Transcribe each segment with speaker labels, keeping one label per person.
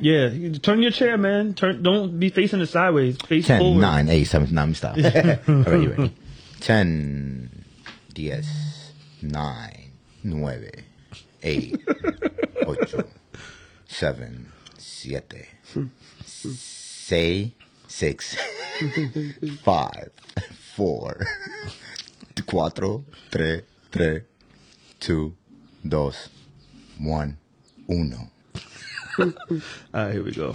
Speaker 1: Yeah, you can turn your chair, man. Turn. Don't be facing it sideways. Face
Speaker 2: 10,
Speaker 1: forward.
Speaker 2: 9, 8, 7, 9, stop. All right, you ready? 10, 10, 9, 9, 8, 8, 7, 7, 6, 6, 5, 4, 4, 3, 3, 2, 2, 1, 1.
Speaker 1: All right, here we go.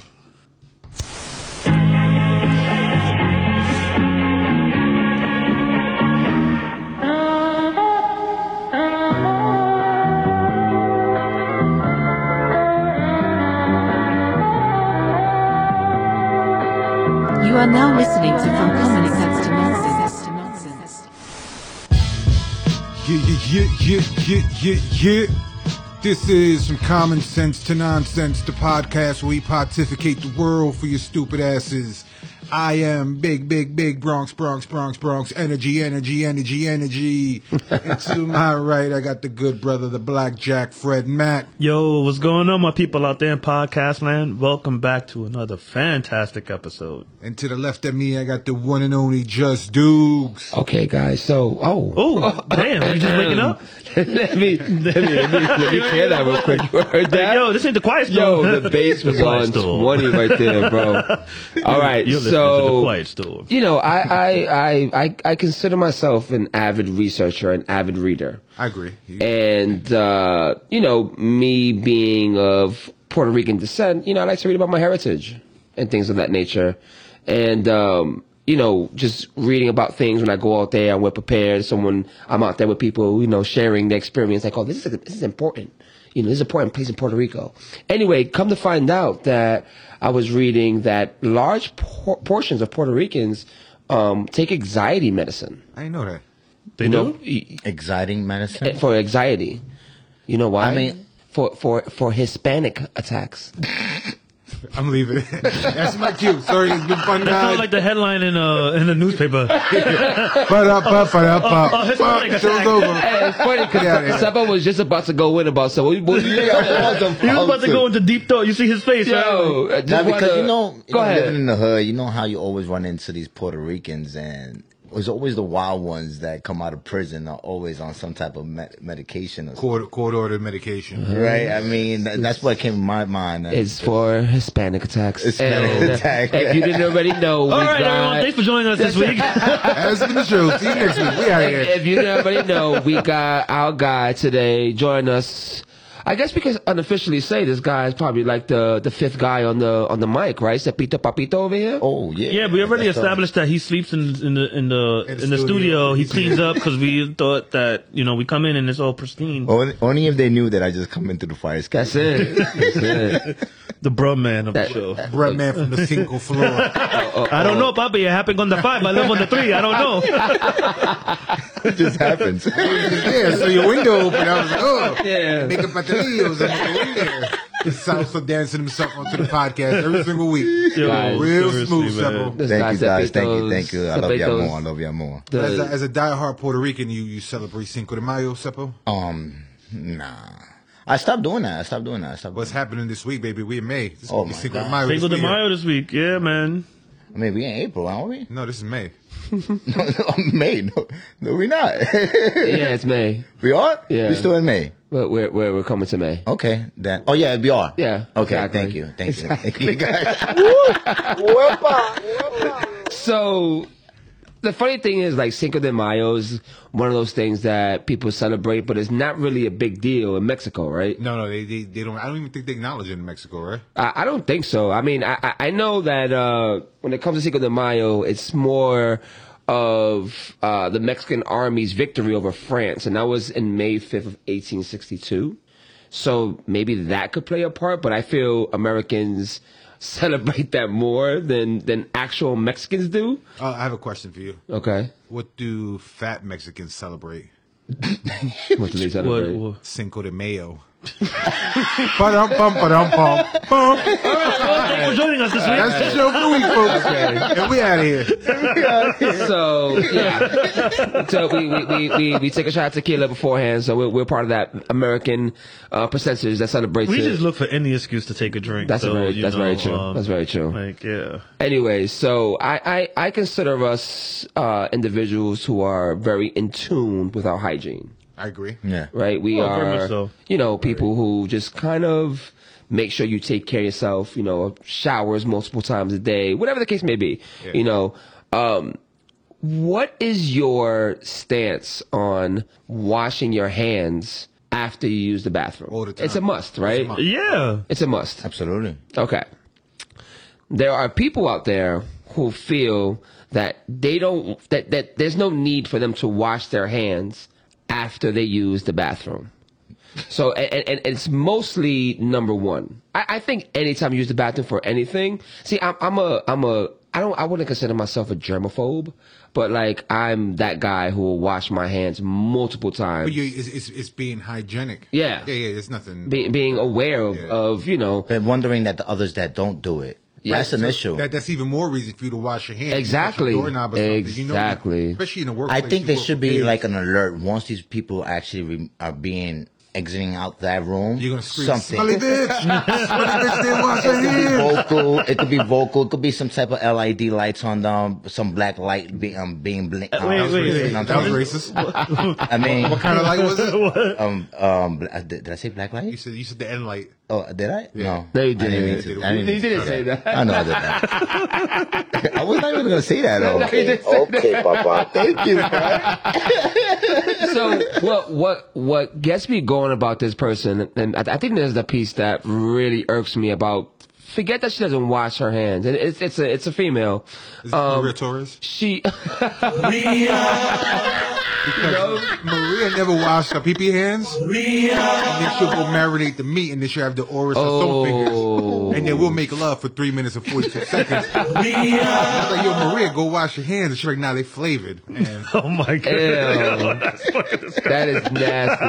Speaker 3: You are now listening to From Common Sense to Nonsense.
Speaker 4: Yeah, yeah, yeah, yeah, yeah, yeah, yeah. This is from common sense to nonsense, the podcast where we pontificate the world for your stupid asses. I am big, big, big Bronx, Bronx, Bronx, Bronx, energy, energy, energy, energy. and to my right, I got the good brother, the black Jack Fred Matt.
Speaker 1: Yo, what's going on, my people out there in podcast land? Welcome back to another fantastic episode.
Speaker 4: And to the left of me, I got the one and only Just Dukes.
Speaker 5: Okay, guys. So, oh,
Speaker 1: Oh, damn! You just waking up?
Speaker 5: let me let me let me, let me clear that real quick. You heard that?
Speaker 1: Yo, this ain't the quiet store.
Speaker 5: Yo, the bass was
Speaker 1: quiet
Speaker 5: on
Speaker 1: store.
Speaker 5: twenty right there, bro. All right,
Speaker 1: You're listening to the
Speaker 5: so
Speaker 1: quiet store.
Speaker 5: you know, I, I I I I consider myself an avid researcher, an avid reader,
Speaker 4: I agree. You-
Speaker 5: and uh, you know, me being of Puerto Rican descent, you know, I like to read about my heritage and things of that nature, and um, you know, just reading about things when I go out there, I'm well prepared. Someone, I'm out there with people, you know, sharing their experience. Like, oh, this is this is important. You know, this is an important place in Puerto Rico. Anyway, come to find out that I was reading that large por- portions of Puerto Ricans um, take anxiety medicine.
Speaker 4: I didn't know that.
Speaker 1: They
Speaker 5: You
Speaker 1: do.
Speaker 5: know, y-
Speaker 2: Exciting medicine?
Speaker 5: Eh, for anxiety. You know why?
Speaker 2: I mean-
Speaker 5: for for for Hispanic attacks.
Speaker 4: I'm leaving. That's my cue. Sorry, it's been fun,
Speaker 1: That sounds
Speaker 4: guys.
Speaker 1: like the headline in uh in the newspaper.
Speaker 4: Ba-da-ba, ba-da-ba.
Speaker 1: Oh, oh, it's not like a
Speaker 4: Show's
Speaker 1: tag.
Speaker 4: over.
Speaker 5: Hey, it's funny
Speaker 4: Yeah, yeah.
Speaker 5: because Sabo was just about to go in about something. What do you think I was
Speaker 1: He was about to go into deep thought. You see his face, right?
Speaker 5: Yo, Oh, I just
Speaker 2: Nah, because
Speaker 5: wanna-
Speaker 2: you know, you
Speaker 5: go
Speaker 2: know, living
Speaker 5: ahead.
Speaker 2: in the hood, you know how you always run into these Puerto Ricans, and it's always the wild ones that come out of prison are always on some type of med- medication, or
Speaker 4: Court, court ordered medication.
Speaker 2: right? I mean, that, that's what came to my mind.
Speaker 5: It's for Hispanic attacks.
Speaker 2: Hispanic
Speaker 5: And, uh,
Speaker 2: attack.
Speaker 5: If you didn't already know, we
Speaker 1: All right,
Speaker 5: got,
Speaker 1: everyone. Thanks for joining us this week.
Speaker 4: That's been the show. See you next week. We out here.
Speaker 5: if you didn't already know, we got our guy today. Join us. I guess we can unofficially say this guy is probably like the the fifth guy on the on the mic, right? Pito Papito over here.
Speaker 2: oh yeah,
Speaker 1: Yeah, we already
Speaker 2: That's all.
Speaker 1: established that he sleeps in in the in the in the, studio. He cleans up because we thought that you know we come in and it's all pristine.
Speaker 2: Only, only if they knew that I just come into the fire escape.
Speaker 5: That's it. That's it.
Speaker 1: The bruh man of the
Speaker 5: That-
Speaker 1: show.
Speaker 4: Bread man from the single floor.
Speaker 5: Oh,
Speaker 1: I don't know, Papi. It happened on the five. I live on the three. I don't know.
Speaker 2: It just happens.
Speaker 4: yeah, so your window open. I was like, oh,
Speaker 5: Yeah.
Speaker 4: nigga Patillos. I'm going there. Salsa dancing himself onto the podcast every single week.
Speaker 1: Yo,
Speaker 5: Guys,
Speaker 4: Real
Speaker 1: seriously,
Speaker 4: smooth,
Speaker 1: man.
Speaker 4: Sebo.
Speaker 5: This
Speaker 2: thank you
Speaker 5: guy
Speaker 2: guys, thank you,
Speaker 5: Cepitos-
Speaker 2: thank you. I love y'all
Speaker 5: Cepitos-
Speaker 2: more. I love y'all more.
Speaker 5: the-
Speaker 4: As a, as a diehard Puerto Rican, you, you celebrate Cinco de Mayo, Seppo?
Speaker 2: Um, nah, I stopped doing that. I stopped doing that. I stopped.
Speaker 4: What's happening this week, baby? We're in May. This is
Speaker 2: Oh
Speaker 4: gonna be
Speaker 2: my
Speaker 4: Cinco
Speaker 1: Cinco de
Speaker 2: God.
Speaker 4: de Mayo. this week.
Speaker 1: Mayo this week. Yeah, man.
Speaker 2: I mean, we in April, aren't we?
Speaker 4: No, this is May.
Speaker 2: No, no, May. No, no, we not.
Speaker 5: yeah, it's May,
Speaker 2: we are.
Speaker 5: Yeah.
Speaker 2: We still in May.
Speaker 5: but we're we're, we're coming to May.
Speaker 2: Okay, then. Oh yeah, we are.
Speaker 5: Yeah,
Speaker 2: Okay.
Speaker 5: exactly.
Speaker 2: Thank you. Thank you. Thank you, guys.
Speaker 5: So the funny thing is, like Cinco de Mayo is one of those things that people celebrate, but it's not really a big deal in Mexico, right?
Speaker 4: No, no, they, they, they don't. I don't even think they acknowledge it in Mexico, right?
Speaker 5: I, I don't think so. I mean, I, I- I know that uh, when it comes to Cinco de Mayo, it's more of uh, the Mexican army's victory over France, and that was in May 5th of 1862. So maybe that could play a part, but I feel Americans celebrate that more than than actual Mexicans do.
Speaker 4: Uh, I have a question for you.
Speaker 5: Okay,
Speaker 4: What do fat Mexicans celebrate?
Speaker 5: what do they
Speaker 1: What,
Speaker 5: celebrate?
Speaker 1: what-
Speaker 4: Cinco de Mayo. Ba-dum, bum, ba-dum, bum, bum.
Speaker 1: Thank you for joining us this week.
Speaker 4: That's the show for the week, folks. And we out of here.
Speaker 5: So yeah, so we we, we, we we take a shot of tequila beforehand. So we're, we're part of that American uh, percentage that celebrates.
Speaker 1: We
Speaker 5: it.
Speaker 1: just look for any excuse to take a drink.
Speaker 5: That's
Speaker 1: so,
Speaker 5: very
Speaker 1: you
Speaker 5: that's
Speaker 1: know,
Speaker 5: very true.
Speaker 1: um,
Speaker 5: that's very true.
Speaker 1: Like yeah,
Speaker 5: Anyway, so I, I, I consider us uh, individuals who are very in tune with our hygiene,
Speaker 6: I agree.
Speaker 2: Yeah.
Speaker 5: right? We
Speaker 1: Oh, very
Speaker 5: are,
Speaker 1: much so.
Speaker 5: you know, people who just kind of make sure you take care of yourself, you know, showers multiple times a day, whatever the case may be, you know. Um, what is your stance on washing your hands after you use the bathroom?
Speaker 6: All the time.
Speaker 5: It's a must, right? It's a must.
Speaker 1: yeah.
Speaker 2: Absolutely.
Speaker 5: Okay. There are people out there who feel that they don't that, that there's no need for them to wash their hands after they use the bathroom. So and, and, and it's mostly number one. I, I think anytime you use the bathroom for anything, see, I'm, I'm a I'm a I don't I wouldn't consider myself a germaphobe, but like I'm that guy who will wash my hands multiple times.
Speaker 4: But you, it's, it's, it's being hygienic.
Speaker 5: Yeah.
Speaker 4: Yeah, yeah, there's nothing.
Speaker 5: Be, being aware of,
Speaker 4: Yeah.
Speaker 5: of you know
Speaker 2: But wondering that the others that don't do it.
Speaker 5: Yeah.
Speaker 2: that's an issue.
Speaker 4: That, that's even more reason for you to wash your hands. You
Speaker 5: Exactly.
Speaker 4: touch a doorknob or something, you know,
Speaker 5: Exactly.
Speaker 4: especially in the
Speaker 2: I
Speaker 4: workplace.
Speaker 2: think
Speaker 4: you
Speaker 2: there
Speaker 4: work
Speaker 2: should
Speaker 4: with
Speaker 2: be
Speaker 4: kids.
Speaker 2: like an alert once these people actually re- are being exiting out that room.
Speaker 4: You're going to scream,
Speaker 2: something.
Speaker 4: smelly bitch. smelly bitch didn't wash her hands.
Speaker 2: vocal. It could be vocal. It could be some type of LED lights on them. Some black light be, um, being blinked.
Speaker 1: wait,
Speaker 2: um,
Speaker 1: wait,
Speaker 2: you
Speaker 1: wait.
Speaker 2: know what
Speaker 4: That
Speaker 2: I'm
Speaker 4: was racist.
Speaker 2: saying? I mean,
Speaker 4: what kind of light was it?
Speaker 2: um, um, bl- uh, did, did I say black
Speaker 4: You
Speaker 2: light?
Speaker 4: said, you said the end light.
Speaker 2: Oh, did I? No,
Speaker 5: No, you
Speaker 2: I
Speaker 5: didn't.
Speaker 2: mean to- I didn't mean to
Speaker 5: didn't say that.
Speaker 2: I know I did that. I was not even gonna say that though.
Speaker 5: you didn't say
Speaker 2: Papa. Thank you, man.
Speaker 5: so what what what gets me going about this person and I, I think there's the piece that really irks me about forget that she doesn't wash her hands and it's it's a it's a female
Speaker 4: Is it
Speaker 5: um,
Speaker 4: Maria Torres?
Speaker 5: she
Speaker 4: Maria never washed her pee pee hands. And then she'll go marinate the meat and then she'll have the Oris oh.
Speaker 5: oh
Speaker 4: fingers. And then we'll make love for three minutes and 42 seconds. I was like, yo, Maria, go wash your hands. And she's like, nah, they flavored. And
Speaker 1: Oh my god.
Speaker 5: Ew.
Speaker 1: That's fucking disgusting.
Speaker 5: that is nasty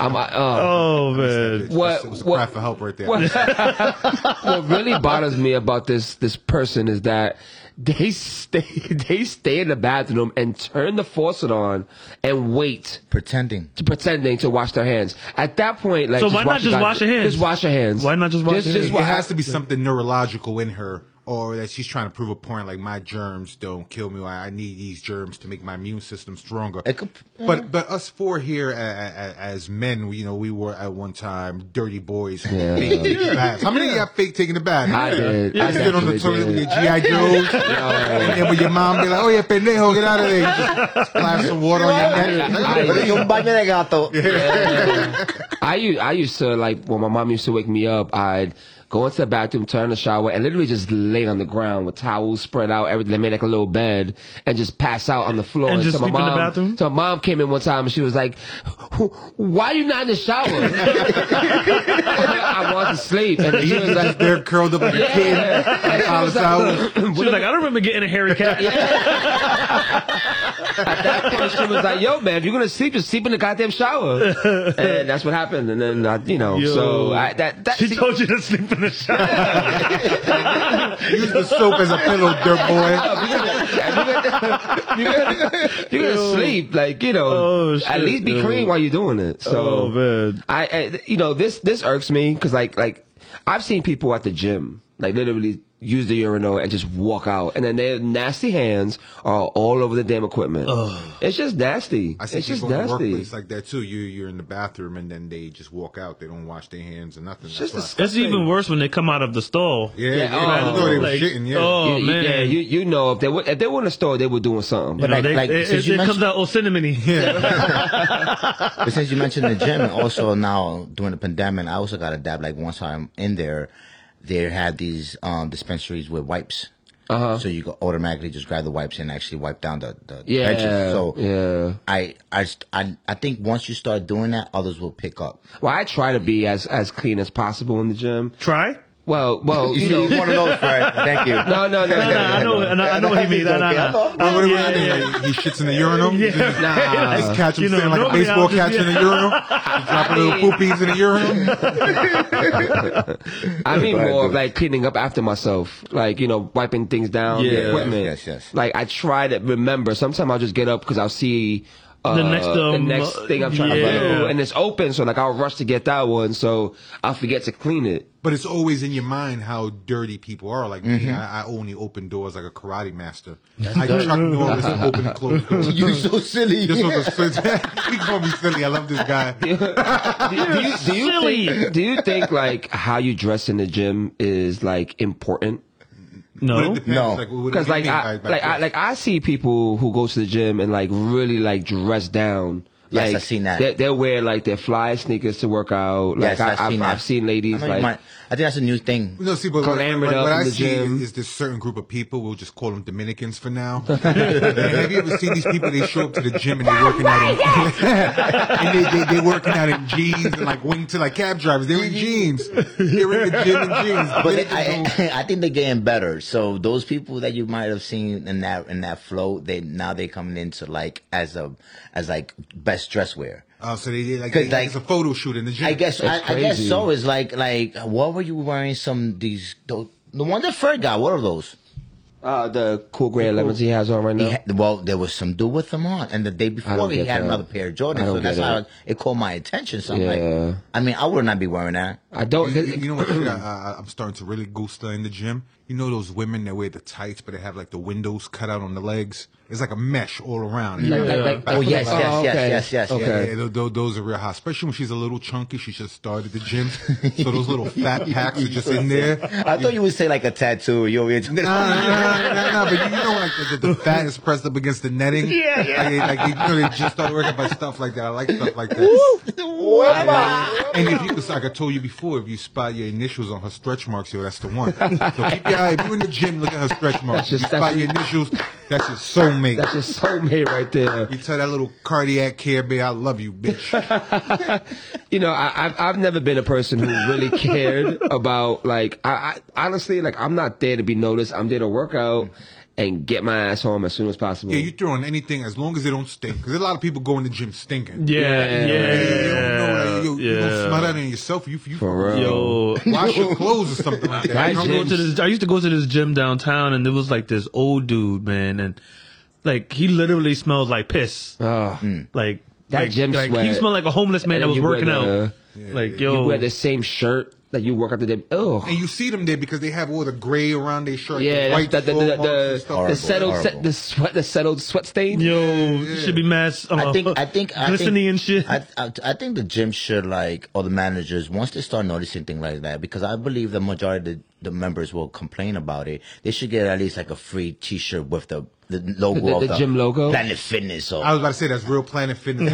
Speaker 5: I'm uh, uh,
Speaker 1: Oh man.
Speaker 5: What-
Speaker 4: It was a
Speaker 5: what-
Speaker 4: cry for help right there.
Speaker 5: what, what really bothers me about this this person is that they stay they stay in the bathroom and turn the faucet on and wait
Speaker 2: Pretending.
Speaker 5: to pretending to wash their hands. At that point, like
Speaker 1: So why not just wash your hands?
Speaker 5: Just wash your hands.
Speaker 1: Why not just wash your
Speaker 5: just
Speaker 1: hands?
Speaker 4: Well,
Speaker 5: wa-
Speaker 4: it has to be something neurological in her, or that she's trying to prove a point, like my germs don't kill me. Or I need these germs to make my immune system stronger.
Speaker 2: It could-
Speaker 4: but but us four here a- a- a- as men, we- you know, we were at one time dirty boys. who
Speaker 5: Yeah.
Speaker 4: fake taking baths. How many of you got fake taking a bath?
Speaker 5: I did. I
Speaker 4: You sit on the
Speaker 5: definitely
Speaker 4: toilet with your GI
Speaker 5: did.
Speaker 4: Joes, and then when your mom be like, "Oh yeah, pendejo, get out of there," you just splash some water on your neck. "Oh,
Speaker 5: I,
Speaker 2: Un baño de gato.
Speaker 5: I, u- I used to like when my mom used to wake me up. I'd go into the bathroom, turn on the shower, and literally just lay on the ground with towels spread out. Everything. They made like a little bed and just pass out on the floor.
Speaker 1: And just
Speaker 5: my
Speaker 1: sleep in the
Speaker 5: mom,
Speaker 1: bathroom?
Speaker 5: So my mom came in one time and she was like, "Who- "Why you not in the shower?" I want to sleep, and she was like,
Speaker 4: They're curled up like a kid.
Speaker 5: Yeah.
Speaker 4: Alice out.
Speaker 1: She was like, I don't remember getting a hairy cat.
Speaker 5: At that point, she was like, "Yo, man, if you're gonna sleep, just sleep in the goddamn shower." And that's what happened. And then, uh, you know,
Speaker 1: Yo.
Speaker 5: so I, that that
Speaker 1: She
Speaker 5: see,
Speaker 1: told you to sleep in the shower.
Speaker 4: Use the soap as a pillow, dirt boy.
Speaker 5: you're gonna, you're gonna- you're gonna
Speaker 1: Yo.
Speaker 5: sleep, like you know,
Speaker 1: Oh, shit,
Speaker 5: at least be
Speaker 1: yo.
Speaker 5: clean while you're doing it. So,
Speaker 1: Oh, man.
Speaker 5: I, I, you know, this this irks me because like like I've seen people at the gym like literally use the urinal and just walk out, and then their nasty hands are all over the damn equipment. It's just nasty.
Speaker 4: I see
Speaker 5: it's just
Speaker 4: people in the
Speaker 5: nasty.
Speaker 4: workplace like that too. You you're in the bathroom and then they just walk out. They don't wash their hands or nothing.
Speaker 5: just
Speaker 4: That's why-
Speaker 1: That's even worse when they come out of the stall.
Speaker 4: yeah, yeah,
Speaker 5: Yeah, oh,
Speaker 4: I know they were
Speaker 1: Like,
Speaker 4: shitting. Yeah,
Speaker 1: Oh
Speaker 5: you, you-
Speaker 1: man.
Speaker 5: Yeah, you, you know if they were if they were in the store they were doing something.
Speaker 1: You know,
Speaker 2: Like-
Speaker 1: they-
Speaker 2: like,
Speaker 1: it,
Speaker 2: since
Speaker 1: it-
Speaker 2: you
Speaker 1: it comes
Speaker 2: mentioned-
Speaker 1: out all cinnamony.
Speaker 2: But since you mentioned the gym, and also now during the pandemic, I also got a dab. Like once I'm in there, they had these um, dispensaries with wipes.
Speaker 5: Uh-huh.
Speaker 2: So you can automatically just grab the wipes and actually wipe down the, the
Speaker 5: Yeah,
Speaker 2: benches. So
Speaker 5: yeah.
Speaker 2: I, I, st- I, I think once you start doing that, others will pick up.
Speaker 5: Well, I try to be as as clean as possible in the gym.
Speaker 1: Try.
Speaker 5: Well, well,
Speaker 2: You
Speaker 5: Oh, you
Speaker 2: see,
Speaker 5: know,
Speaker 2: you want to know, Fred. Thank you.
Speaker 5: no, no,
Speaker 1: No,
Speaker 5: no, no,
Speaker 1: no, I
Speaker 5: no,
Speaker 1: know, I know, I know what he means. No, no, no.
Speaker 4: I went
Speaker 1: Yeah,
Speaker 4: around
Speaker 1: yeah.
Speaker 4: and he shits in the urinal.
Speaker 1: Yeah.
Speaker 5: Nah.
Speaker 4: Just catch him
Speaker 1: You know,
Speaker 4: standing like a
Speaker 1: normally
Speaker 4: baseball
Speaker 1: I'll just-
Speaker 4: catch in the urinal. Dropping little
Speaker 5: mean-
Speaker 4: poopies in the urinal.
Speaker 5: I mean
Speaker 2: Right,
Speaker 5: more of
Speaker 2: dude.
Speaker 5: like cleaning up after myself, like you know, wiping things down,
Speaker 1: Yeah.
Speaker 5: the equipment.
Speaker 2: Yes, yes.
Speaker 5: Like I try to remember. Sometimes I'll just get up because I'll see. Uh,
Speaker 1: The next,
Speaker 5: the
Speaker 1: um,
Speaker 5: next thing I'm trying to do,
Speaker 1: yeah.
Speaker 5: and it's open, so like I'll rush to get that one, so I'll forget to clean it.
Speaker 4: But it's always in your mind how dirty people are. Like me, I, I only open doors like a karate master. I Chuck Norris and open and close doors.
Speaker 2: You're so silly.
Speaker 4: Just so the He called me silly. I love this guy.
Speaker 5: Do, do you, do you
Speaker 1: Silly.
Speaker 5: think? Do you think like how you dress in the gym is like important?
Speaker 1: No.
Speaker 4: Depends,
Speaker 2: No.
Speaker 4: like, what do
Speaker 5: Because
Speaker 4: you
Speaker 5: like
Speaker 4: mean
Speaker 5: I
Speaker 4: by- by
Speaker 5: like I
Speaker 4: this?
Speaker 5: like I see people who go to the gym and like really like dress down.
Speaker 2: Yes,
Speaker 5: Like,
Speaker 2: I've seen that.
Speaker 5: They, they'll wear like their fly sneakers to work out. Like
Speaker 2: Yes,
Speaker 5: I,
Speaker 2: I've seen
Speaker 5: I've,
Speaker 2: that.
Speaker 5: I've seen ladies
Speaker 2: I, know you
Speaker 5: like
Speaker 2: might- I think that's a new thing.
Speaker 4: No, see, but what,
Speaker 5: Glamoured
Speaker 4: what-
Speaker 5: up
Speaker 4: what
Speaker 5: in
Speaker 4: I
Speaker 5: the
Speaker 4: see
Speaker 5: gym.
Speaker 4: is this certain group of people. We'll just call them Dominicans for now. Have you ever seen these people? They show up to the gym and they're working out, in, and they, they, they're working out in jeans and like wing to like cab drivers. They're in jeans. They're in the gym in jeans.
Speaker 2: But they,
Speaker 4: They don't know-
Speaker 2: I, I think they're getting better. So those people that you might have seen in that in that flow, they now they coming into like as a as like best dress wear.
Speaker 4: oh, so they, they like,
Speaker 2: 'Cause,
Speaker 4: they,
Speaker 2: like,
Speaker 4: it's a photo shoot in the gym.
Speaker 2: I guess I,
Speaker 5: That's
Speaker 2: I guess
Speaker 5: crazy.
Speaker 2: so. It's like like what were you wearing? Some these those, the one that Fred got. What are those?
Speaker 5: uh, the cool gray elevens he has on right now.
Speaker 2: He had, well, there was some dude with them on, and the day before
Speaker 5: don't
Speaker 2: he
Speaker 5: get
Speaker 2: had
Speaker 5: that.
Speaker 2: another pair of Jordans.
Speaker 5: I don't
Speaker 2: So that's
Speaker 5: get
Speaker 2: how
Speaker 5: it.
Speaker 2: it. caught my attention. So I'm
Speaker 5: Yeah.
Speaker 2: like, I mean, I would not be wearing that.
Speaker 5: I don't.
Speaker 4: You, you know what? dude, I, I, I'm starting to really gooster in the gym. You know those women that wear the tights, but they have like the windows cut out on the legs. It's like a mesh all around.
Speaker 5: Like- like- like-
Speaker 2: Oh yes, yes,
Speaker 5: Oh,
Speaker 2: yes, yes,
Speaker 5: okay.
Speaker 2: yes, yes.
Speaker 5: Okay.
Speaker 4: Yeah, yeah, tho- tho- those are real hot, especially when she's a little chunky. She just started the gym, so those little fat packs are just in there.
Speaker 2: I thought you would say like a tattoo. You over here talking
Speaker 4: Nah, nah, nah, nah, nah, but you know, like the, the, the fat is pressed up against the netting. Yeah, yeah. Like, like, you know, they just started working by stuff like that. I like stuff like that. And if you, it's like I told you before, if you spot your initials on her stretch marks, yo, that's the one. So keep your eye. If you're in the gym, look at her stretch marks.
Speaker 5: That's
Speaker 4: you
Speaker 5: just-
Speaker 4: spot your initials, that's your soulmate.
Speaker 5: That's your soulmate right there.
Speaker 4: you tell that little cardiac care bear, I love you, bitch.
Speaker 5: You know, I, I've I've never been a person who really cared about like I, I honestly like I'm not there to be noticed. I'm there to work out and get my ass home as soon as possible.
Speaker 4: Yeah, you throw on anything as long as it don't stink. Because a lot of people go in the gym stinking.
Speaker 1: Yeah,
Speaker 4: You don't know,
Speaker 1: yeah,
Speaker 4: like, you, you don't smell that in yourself. You, you
Speaker 5: For real.
Speaker 1: Yo,
Speaker 4: wash your clothes or something like that.
Speaker 5: Right,
Speaker 4: You don't
Speaker 1: I
Speaker 4: go
Speaker 1: used, to go to
Speaker 4: to
Speaker 5: James.
Speaker 1: this, I used to go to this gym downtown, and there was like this old dude, man, and like he literally smelled like piss.
Speaker 5: Ah.
Speaker 4: Mm.
Speaker 1: Like
Speaker 5: That
Speaker 1: like,
Speaker 5: gym
Speaker 1: like, He
Speaker 5: sweat.
Speaker 1: smelled like a homeless man
Speaker 5: And
Speaker 1: that was
Speaker 5: you wear
Speaker 1: working
Speaker 5: the-
Speaker 1: out. Like
Speaker 5: you
Speaker 1: yo,
Speaker 5: wear the same shirt that you work out the day. Oh,
Speaker 4: Oh. and you see them there because they have all the gray around their shirt.
Speaker 5: yeah,
Speaker 4: the white
Speaker 5: that, the, the,
Speaker 4: throw
Speaker 5: the,
Speaker 4: marks and
Speaker 5: the,
Speaker 4: stuff.
Speaker 2: Horrible,
Speaker 5: the settled
Speaker 2: horrible.
Speaker 5: set, the sweat the settled sweat stain.
Speaker 1: yo, should be mass. Uh,
Speaker 2: I think I think I
Speaker 1: glistening
Speaker 2: think,
Speaker 1: and shit.
Speaker 2: I, I, I think the gym should like or the managers once they start noticing things like that because I believe the majority of the, the members will complain about it. They should get at least like a free T-shirt with the the logo
Speaker 5: The- the
Speaker 2: of the
Speaker 5: gym logo?
Speaker 2: Planet Fitness or
Speaker 4: I was about to say that's real Planet Fitness.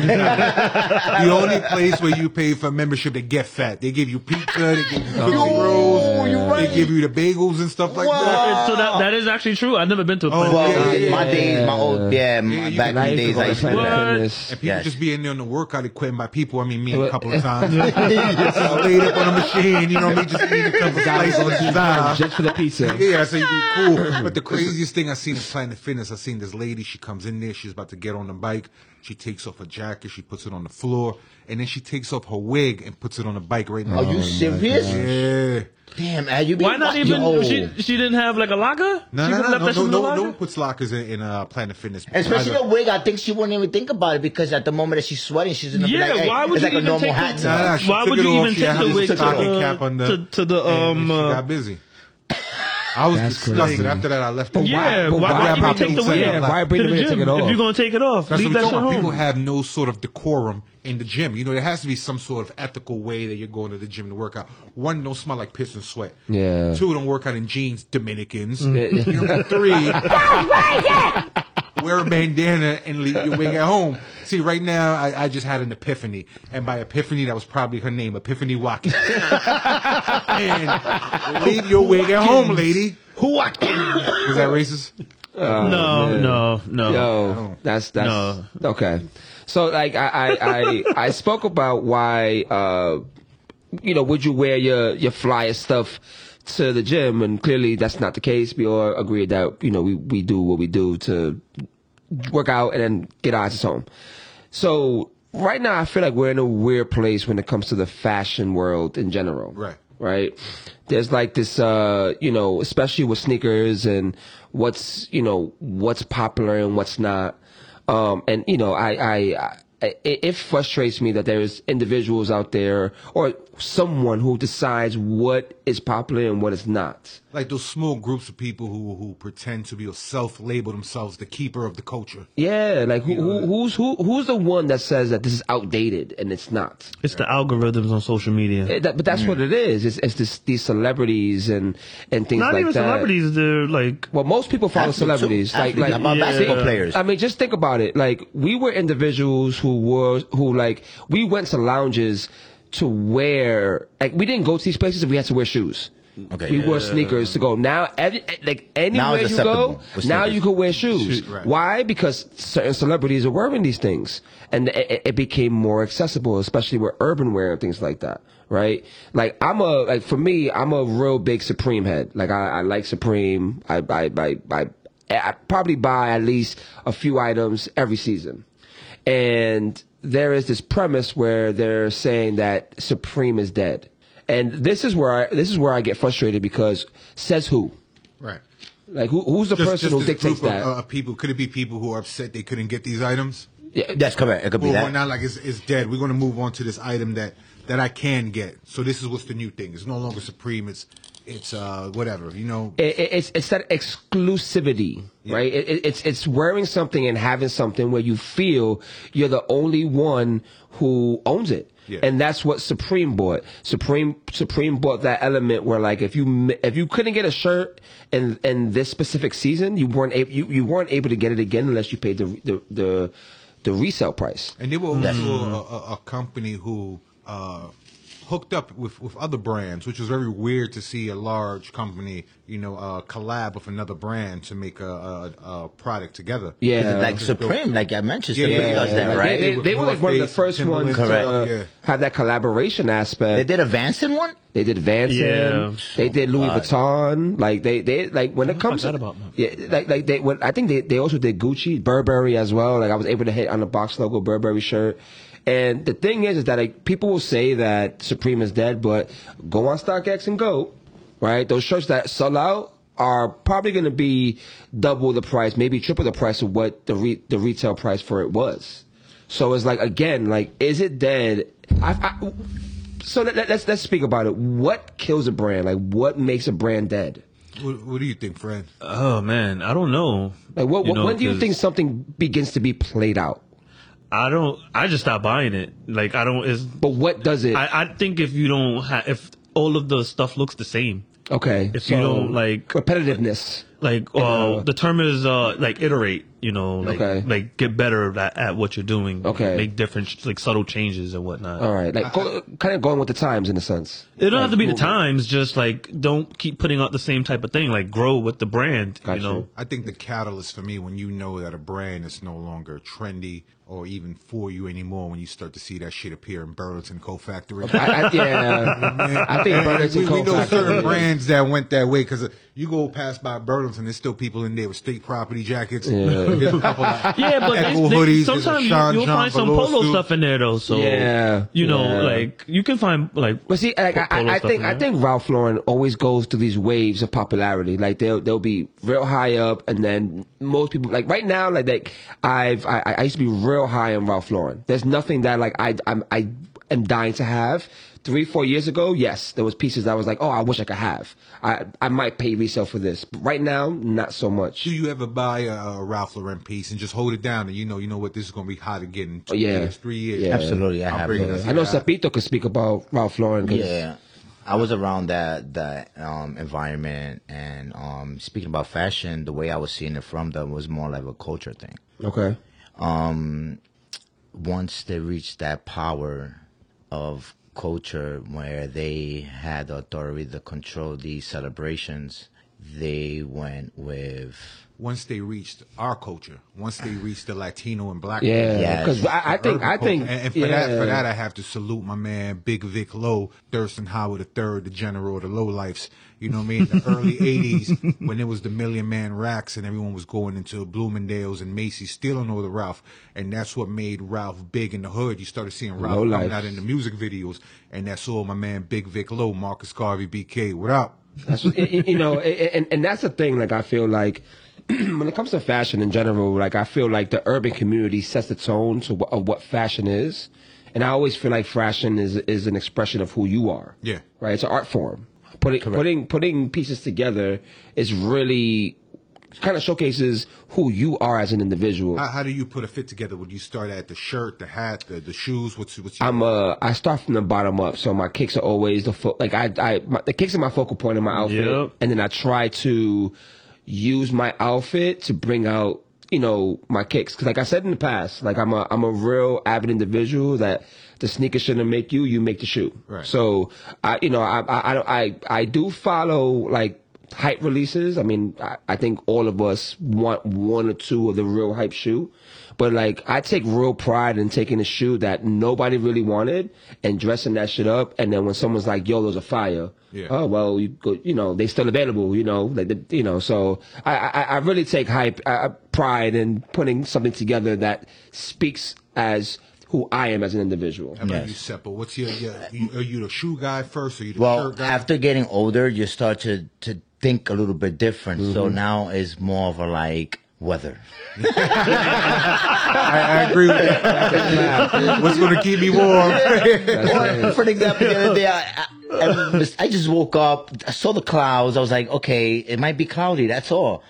Speaker 4: the only place where you pay for membership to get fat. They give you pizza, they give you cookie
Speaker 5: Oh,
Speaker 4: rolls, they give you the bagels and stuff like that.
Speaker 1: so that that is actually true. I've never been to a place.
Speaker 2: well,
Speaker 4: Yeah, yeah,
Speaker 2: my days, my old yeah, my,
Speaker 4: you
Speaker 2: back
Speaker 4: can-
Speaker 2: in
Speaker 5: Now
Speaker 2: the
Speaker 5: you
Speaker 2: days
Speaker 5: can
Speaker 2: I
Speaker 5: go to
Speaker 2: used to do
Speaker 5: Planet
Speaker 2: that.
Speaker 5: Fitness.
Speaker 4: And people
Speaker 2: Yes.
Speaker 4: just be in there on the workout equipment by people. I mean, me a
Speaker 5: Well-
Speaker 4: couple of times. just laid up on a machine, you know what I mean? Just eating a couple slices on the side.
Speaker 5: Just for the pizza.
Speaker 4: Yeah, I say you cool. But the craziest thing I seen in Planet Fitness, I seen this lady. She comes in there. She's about to get on the bike. She takes off her jacket. She puts it on the floor, and then she takes off her wig and puts it on the bike right now.
Speaker 2: Are you serious?
Speaker 4: Yeah.
Speaker 2: Damn, have you been
Speaker 1: Why not
Speaker 2: watching-
Speaker 1: even?
Speaker 2: Yo.
Speaker 1: She she didn't have like a locker.
Speaker 4: No,
Speaker 1: she
Speaker 4: no,
Speaker 1: could've
Speaker 4: no,
Speaker 1: left
Speaker 4: no,
Speaker 1: that shit
Speaker 4: no,
Speaker 1: in the
Speaker 4: no,
Speaker 1: locker?
Speaker 4: no one puts lockers in, in uh, Planet Fitness.
Speaker 2: Especially
Speaker 4: Either-
Speaker 2: the wig, I think she wouldn't even think about it because at the moment that she's sweating, she's in the
Speaker 1: Yeah,
Speaker 2: like, hey,
Speaker 1: why would
Speaker 2: it's
Speaker 1: you
Speaker 2: like a
Speaker 1: even
Speaker 2: normal
Speaker 1: take
Speaker 2: hat.
Speaker 1: the,
Speaker 2: to
Speaker 4: Nah, nah, she
Speaker 1: Why
Speaker 4: took
Speaker 1: would
Speaker 4: it
Speaker 1: you
Speaker 4: off.
Speaker 1: even
Speaker 4: She
Speaker 1: take
Speaker 4: had
Speaker 1: the
Speaker 4: this
Speaker 1: wig to
Speaker 4: stocking
Speaker 1: the,
Speaker 4: cap on the-
Speaker 1: to, to the
Speaker 4: and
Speaker 1: um?
Speaker 4: she
Speaker 1: uh,
Speaker 4: got busy. I was
Speaker 5: That's
Speaker 4: disgusted.
Speaker 5: crazy.
Speaker 4: After that, I left.
Speaker 1: yeah,
Speaker 5: But
Speaker 1: why, why,
Speaker 5: why- why
Speaker 1: you even
Speaker 5: pop
Speaker 1: take the
Speaker 5: things
Speaker 1: wig
Speaker 5: in?
Speaker 1: off?
Speaker 5: Why bring
Speaker 1: to
Speaker 5: them
Speaker 1: the
Speaker 5: in
Speaker 1: gym?
Speaker 5: and take it off?
Speaker 1: If you're gonna take it off,
Speaker 4: That's
Speaker 1: leave
Speaker 4: what I'm
Speaker 1: that shit
Speaker 4: talking about. People
Speaker 1: home.
Speaker 4: have no sort of decorum in the gym. You know, there has to be some sort of ethical way that you're going to the gym to work out. One, don't smell like piss and sweat.
Speaker 5: Yeah.
Speaker 4: Two, don't work out in jeans, Dominicans.
Speaker 5: Yeah.
Speaker 4: Number three, wear a bandana and leave your wig at home. See, right now, I, I just had an epiphany. And by epiphany, that was probably her name, Epiphany Watkins. and leave your wig at home, lady.
Speaker 2: Who I can.
Speaker 4: Was that racist?
Speaker 1: No,
Speaker 5: yeah.
Speaker 1: no, no.
Speaker 5: Yo, that's that's
Speaker 1: No.
Speaker 5: okay. So like I I, I I spoke about why uh you know would you wear your your flyer stuff to the gym, and clearly that's not the case. We all agreed that you know we we do what we do to work out and then get our asses home. So right now, I feel like we're in a weird place when it comes to the fashion world in general.
Speaker 4: Right.
Speaker 5: Right. There's like this, uh, you know, especially with sneakers and what's you know what's popular and what's not. Um, and you know, I, I, I it, it frustrates me that there's individuals out there or someone who decides what is popular and what is not.
Speaker 4: Like those small groups of people who who pretend to be or self-label themselves the keeper of the culture.
Speaker 5: Yeah, like who, who who's who who's the one that says that this is outdated and it's not.
Speaker 1: It's the algorithms on social media.
Speaker 5: It- Eh, that- but that's what it is. It's, it's this, these celebrities and and things
Speaker 1: Not
Speaker 5: like
Speaker 1: even
Speaker 5: that.
Speaker 1: celebrities. They're like
Speaker 5: Well, most people follow
Speaker 2: Athletes, too.
Speaker 5: celebrities. Like,
Speaker 2: Athletes.
Speaker 5: like
Speaker 2: How about
Speaker 1: Yeah.
Speaker 2: basketball players.
Speaker 5: I mean, just think about it. Like we were individuals who were who like we went to lounges to wear like we didn't go to these places if we had to wear shoes.
Speaker 2: Okay.
Speaker 5: We wore sneakers to go. Now, every, like anywhere you
Speaker 2: acceptable
Speaker 5: go,
Speaker 2: with
Speaker 5: now
Speaker 2: sneakers.
Speaker 5: you can wear shoes.
Speaker 4: Shoes, right.
Speaker 5: Why? Because certain celebrities are wearing these things, and it, it- it became more accessible, especially with urban wear and things like that. Right? Like I'm a like for me, I'm a real big Supreme head. Like I, I like Supreme. I I, I I I probably buy at least a few items every season, and there is this premise where they're saying that Supreme is dead. And this is where I, this is where I get frustrated because says who?
Speaker 4: Right.
Speaker 5: Like who, who's the person who
Speaker 4: this
Speaker 5: dictates
Speaker 4: group
Speaker 5: that?
Speaker 4: Of, uh, people could it be people who are upset they couldn't get these items?
Speaker 2: That's correct. It could be
Speaker 4: Well,
Speaker 2: that.
Speaker 4: we're not like it's, it's dead. We're going to move on to this item that that I can get. So this is what's the new thing. It's no longer supreme. It's it's uh whatever. You know.
Speaker 5: it, it- it's it's that exclusivity, right? It, it, it's it's wearing something and having something where you feel you're the only one who owns it.
Speaker 4: Yeah.
Speaker 5: And that's what Supreme bought. Supreme Supreme bought that element where like if you m- if you couldn't get a shirt in in this specific season, you weren't able you, you weren't able to get it again unless you paid the the the, the resale price.
Speaker 4: And they were also a, a, a company who uh, hooked up with, with other brands, which was very weird to see a large company, you know, uh, collab with another brand to make a, a, a product together.
Speaker 5: Yeah.
Speaker 2: like Supreme, like I mentioned, Supreme
Speaker 4: Yeah,
Speaker 2: does that,
Speaker 5: Like,
Speaker 2: right?
Speaker 5: They, they, they were like one of the
Speaker 4: North Face,
Speaker 5: first ones to
Speaker 2: Correct.
Speaker 5: uh,
Speaker 4: Yeah.
Speaker 5: have that collaboration aspect.
Speaker 2: They did a Vanson one.
Speaker 5: They did Vans.
Speaker 1: Yeah.
Speaker 5: They did Louis
Speaker 2: God.
Speaker 5: Vuitton. Like they, they like when it comes
Speaker 1: forgot
Speaker 5: to
Speaker 1: about them.
Speaker 5: yeah, like like they when I think they, they also did Gucci, Burberry as well. Like I was able to hit on the box logo Burberry shirt. And the thing is, is that like people will say that Supreme is dead, but go on StockX and go, right? Those shirts that sell out are probably going to be double the price, maybe triple the price of what the re- the retail price for it was. So it's like again, like is it dead? I, I, so let, let, let's let's speak about it. What kills a brand? Like what makes a brand dead?
Speaker 4: What, what do you think, Fred?
Speaker 1: Oh man, I don't know.
Speaker 5: Like what,
Speaker 1: You
Speaker 5: what
Speaker 1: know,
Speaker 5: when do you
Speaker 1: 'cause
Speaker 5: think something begins to be played out?
Speaker 1: I don't. I just stopped buying it. Like I don't. It's,
Speaker 5: But what does it?
Speaker 1: I, I think if you don't have, if all of the stuff looks the same,
Speaker 5: okay,
Speaker 1: if you don't, like-
Speaker 5: repetitiveness.
Speaker 1: like uh,
Speaker 5: Uh,
Speaker 1: the term is uh, like iterate. You know, like
Speaker 5: Okay.
Speaker 1: like get better at, at what you're doing.
Speaker 5: Okay.
Speaker 1: make different sh- like subtle changes and whatnot.
Speaker 5: All right, like go, kind of going with the times in a sense.
Speaker 1: It don't have to be the times. Just like don't keep putting out the same type of thing. Like grow with the brand.
Speaker 5: Gotcha.
Speaker 1: You know.
Speaker 4: I think the catalyst for me when you know that a brand is no longer trendy or even for you anymore when you start to see that shit appear in Burlington Co Factory.
Speaker 5: I, I, yeah, I think Burlington
Speaker 4: Oh, we, we
Speaker 5: Coat
Speaker 4: know
Speaker 5: Factory
Speaker 4: certain
Speaker 5: is-
Speaker 4: brands that went that way because you go past by Burlington, there's still people in there with state property jackets. There's a couple of
Speaker 1: Yeah, but they,
Speaker 4: Echo
Speaker 1: they-
Speaker 4: hoodies, there's a
Speaker 1: sometimes you,
Speaker 4: Sean
Speaker 1: you'll
Speaker 4: John
Speaker 1: find some
Speaker 4: velour
Speaker 1: polo
Speaker 4: suit.
Speaker 1: stuff in there though. So
Speaker 5: Yeah,
Speaker 1: you know,
Speaker 5: yeah.
Speaker 1: like you can find like.
Speaker 5: But see, like, I,
Speaker 1: polo
Speaker 5: I, I
Speaker 1: stuff
Speaker 5: think
Speaker 1: in
Speaker 5: I
Speaker 1: there.
Speaker 5: think Ralph Lauren always goes through these waves of popularity. Like they'll they'll be real high up, and then most people like right now, like like I've I, I used to be real high on Ralph Lauren. There's nothing that like I I'm I am dying to have. Three four years ago, yes, there was pieces that I was like, oh, I wish I could have. I I might pay resale for this. But right now, not so much.
Speaker 4: Do you ever buy a, a Ralph Lauren piece and just hold it down and you know, you know what, this is going to be hot again in two
Speaker 5: Oh, Yeah.
Speaker 4: years, three years?
Speaker 5: Yeah.
Speaker 2: Absolutely, I
Speaker 4: I'm
Speaker 2: have.
Speaker 4: bringing
Speaker 2: those.
Speaker 4: us-
Speaker 5: I know
Speaker 4: yeah.
Speaker 5: Sapito could speak about Ralph Lauren. 'cause-
Speaker 2: Yeah, I was around that that um, environment, and um, speaking about fashion, the way I was seeing it from them was more like a culture thing.
Speaker 5: Okay.
Speaker 2: Once they reached that power of culture, where they had the authority to control these celebrations, they went with
Speaker 4: Once they reached our culture, once they reached the Latino and black culture,
Speaker 5: Yeah,
Speaker 2: Yes.
Speaker 5: because I, I think I
Speaker 4: urban
Speaker 5: think
Speaker 4: culture. and, and for that for that I have to salute my man Big Vic Lowe, Thurston Howard III, the general of the lowlifes. You know what I mean? The early '80s when it was the Million Man racks and everyone was going into Bloomingdale's and Macy's stealing all the Ralph, and that's what made Ralph big in the hood. You started seeing Ralph coming
Speaker 5: Lowlifes.
Speaker 4: out in the music videos, and that's all my man Big Vic Lowe, Marcus Garvey, BK. What up?
Speaker 5: That's what- you you know, and and that's the thing. Like I feel like when it comes to fashion in general, like I feel like the urban community sets the tone to what, of what fashion is, and I always feel like fashion is is an expression of who you are.
Speaker 4: Yeah.
Speaker 5: right. It's an art form. Putting putting putting pieces together is really kind of showcases who you are as an individual.
Speaker 4: How, how do you put a fit together? Would you start at the shirt, the hat, the, the shoes? What's what's your
Speaker 5: I'm uh I start from the bottom up, so my kicks are always the fo- like I I my, the kicks are my focal point in my outfit,
Speaker 1: Yep.
Speaker 5: and then I try to use my outfit to bring out you know my kicks. Cause like I said in the past, like I'm a I'm a real avid individual that the sneaker shouldn't make you, you make the shoe.
Speaker 4: Right.
Speaker 5: So I you know I I I don't- I, I do follow like hype releases. I mean, I, I think all of us want one or two of the real hype shoe. But like, I take real pride in taking a shoe that nobody really wanted and dressing that shit up. And then when someone's like, "Yo, those are fire,"
Speaker 4: Yeah.
Speaker 5: oh well, you go, you know, they still available. You know, like the, you know. So I, I I really take hype uh, pride in putting something together that speaks as who I am as an individual.
Speaker 4: How about
Speaker 2: Yes.
Speaker 4: you, Seppo? What's your, your you, are you the shoe guy first, or you the
Speaker 2: Well,
Speaker 4: shirt guy?
Speaker 2: after getting older, you start to to think a little bit different. So now it's more of a like weather.
Speaker 4: I, I agree with that. What's going to keep me warm?
Speaker 2: Or, for example, the other day, I, I, I- I just woke up, I saw the clouds. I was like, okay, it might be cloudy, that's all.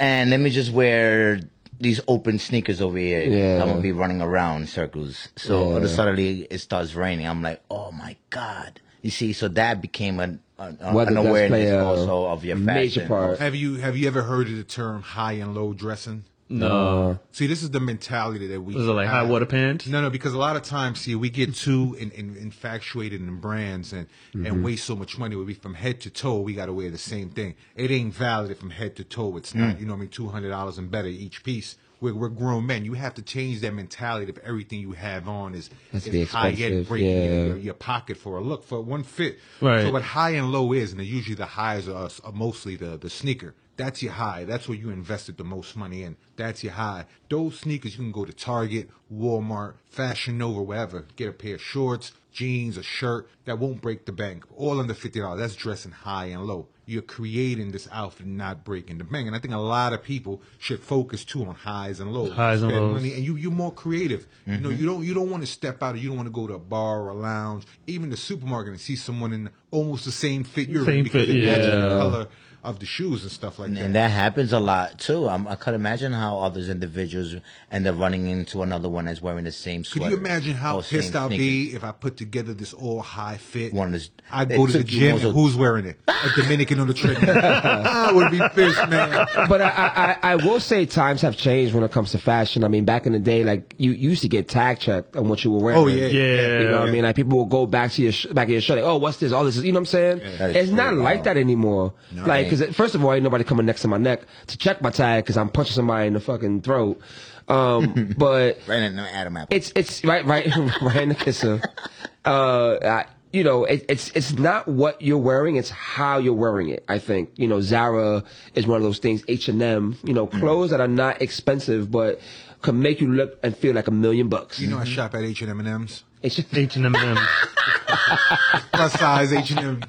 Speaker 2: And let me just wear these open sneakers over here.
Speaker 5: Yeah.
Speaker 2: I'm going to be running around in circles. So
Speaker 5: Yeah.
Speaker 2: suddenly it starts raining. I'm like, oh my God. You see, so that became an, an,
Speaker 5: Weather
Speaker 2: an
Speaker 5: does play
Speaker 2: awareness
Speaker 5: a
Speaker 2: also of your fashion.
Speaker 5: major part.
Speaker 4: Have you have you ever heard of the term high and low dressing?
Speaker 1: No.
Speaker 4: See, this is the mentality that we.
Speaker 1: Those are like high
Speaker 4: have.
Speaker 1: water pants.
Speaker 4: No, no, because a lot of times, see, we get too in, in, infatuated in brands and and waste so much money. We from head to toe, we got to wear the same thing. It ain't valid if from head to toe. It's not. You know what I mean? Two hundred dollars and better each piece. We're, we're grown men. You have to change that mentality of everything you have on is
Speaker 5: Has to
Speaker 4: is
Speaker 5: be
Speaker 4: high-end,
Speaker 5: expensive,
Speaker 4: break your-
Speaker 5: yeah.
Speaker 4: your, your pocket for a look for one fit.
Speaker 1: Right.
Speaker 4: So what high and low is, and usually the highs are, are mostly the the sneaker. That's your high. That's where you invested the most money in. That's your high. Those sneakers you can go to Target, Walmart, Fashion Nova, wherever. Get a pair of shorts, jeans, a shirt that won't break the bank. All under fifty dollars. That's dressing high and low. You're creating this outfit, not breaking the bank. And I think a lot of people should focus too on highs and lows.
Speaker 1: Highs and
Speaker 4: Spend
Speaker 1: lows.
Speaker 4: money and you you're more creative. You
Speaker 2: Mm-hmm.
Speaker 4: know, you don't you don't want to step out. You don't want to go to a bar or a lounge, even the supermarket, and see someone in almost the same fit you're in
Speaker 1: Same
Speaker 4: because
Speaker 1: fit,
Speaker 4: it matches the
Speaker 1: yeah.
Speaker 4: color of the shoes and stuff like
Speaker 2: And
Speaker 4: that.
Speaker 2: that happens a lot too. i I could imagine how others individuals end up running into another one that's wearing the same
Speaker 4: Could
Speaker 2: sweater.
Speaker 4: you imagine how
Speaker 2: or same
Speaker 4: pissed I'll
Speaker 2: sneakers.
Speaker 4: be if I put together this all high fit?
Speaker 2: One is-
Speaker 4: I
Speaker 2: it
Speaker 4: go to the
Speaker 2: took you
Speaker 4: gym.
Speaker 2: most
Speaker 4: and
Speaker 2: of-
Speaker 4: who's wearing it? A Dominican on the treadmill. I would be pissed, man.
Speaker 5: but I, I, I I will say times have changed when it comes to fashion. I mean, back in the day, like you you used to get tag checked on what you were wearing.
Speaker 4: Oh yeah,
Speaker 1: Yeah.
Speaker 5: You know what I mean? Like people will go back to your sh- back of your show, like, oh, what's this? All this is, you know what I'm saying?
Speaker 2: That is
Speaker 5: It's not
Speaker 2: true.
Speaker 5: like that anymore. Like 'cause like,
Speaker 2: it
Speaker 5: cause it- first of all, ain't nobody coming next to my neck to check my tag because I'm punching somebody in the fucking throat. Um, but
Speaker 2: Right in the Adam Apple.
Speaker 5: it's it's right right right in the kisser. Uh, I, you know, it, it's it's not what you're wearing; it's how you're wearing it. I think you know, Zara is one of those things. H and M, you know,
Speaker 2: Mm.
Speaker 5: clothes that are not expensive but can make you look and feel like a million bucks.
Speaker 4: You know I shop at H and M and M's.
Speaker 5: H-
Speaker 1: H and M.
Speaker 4: plus size H and M.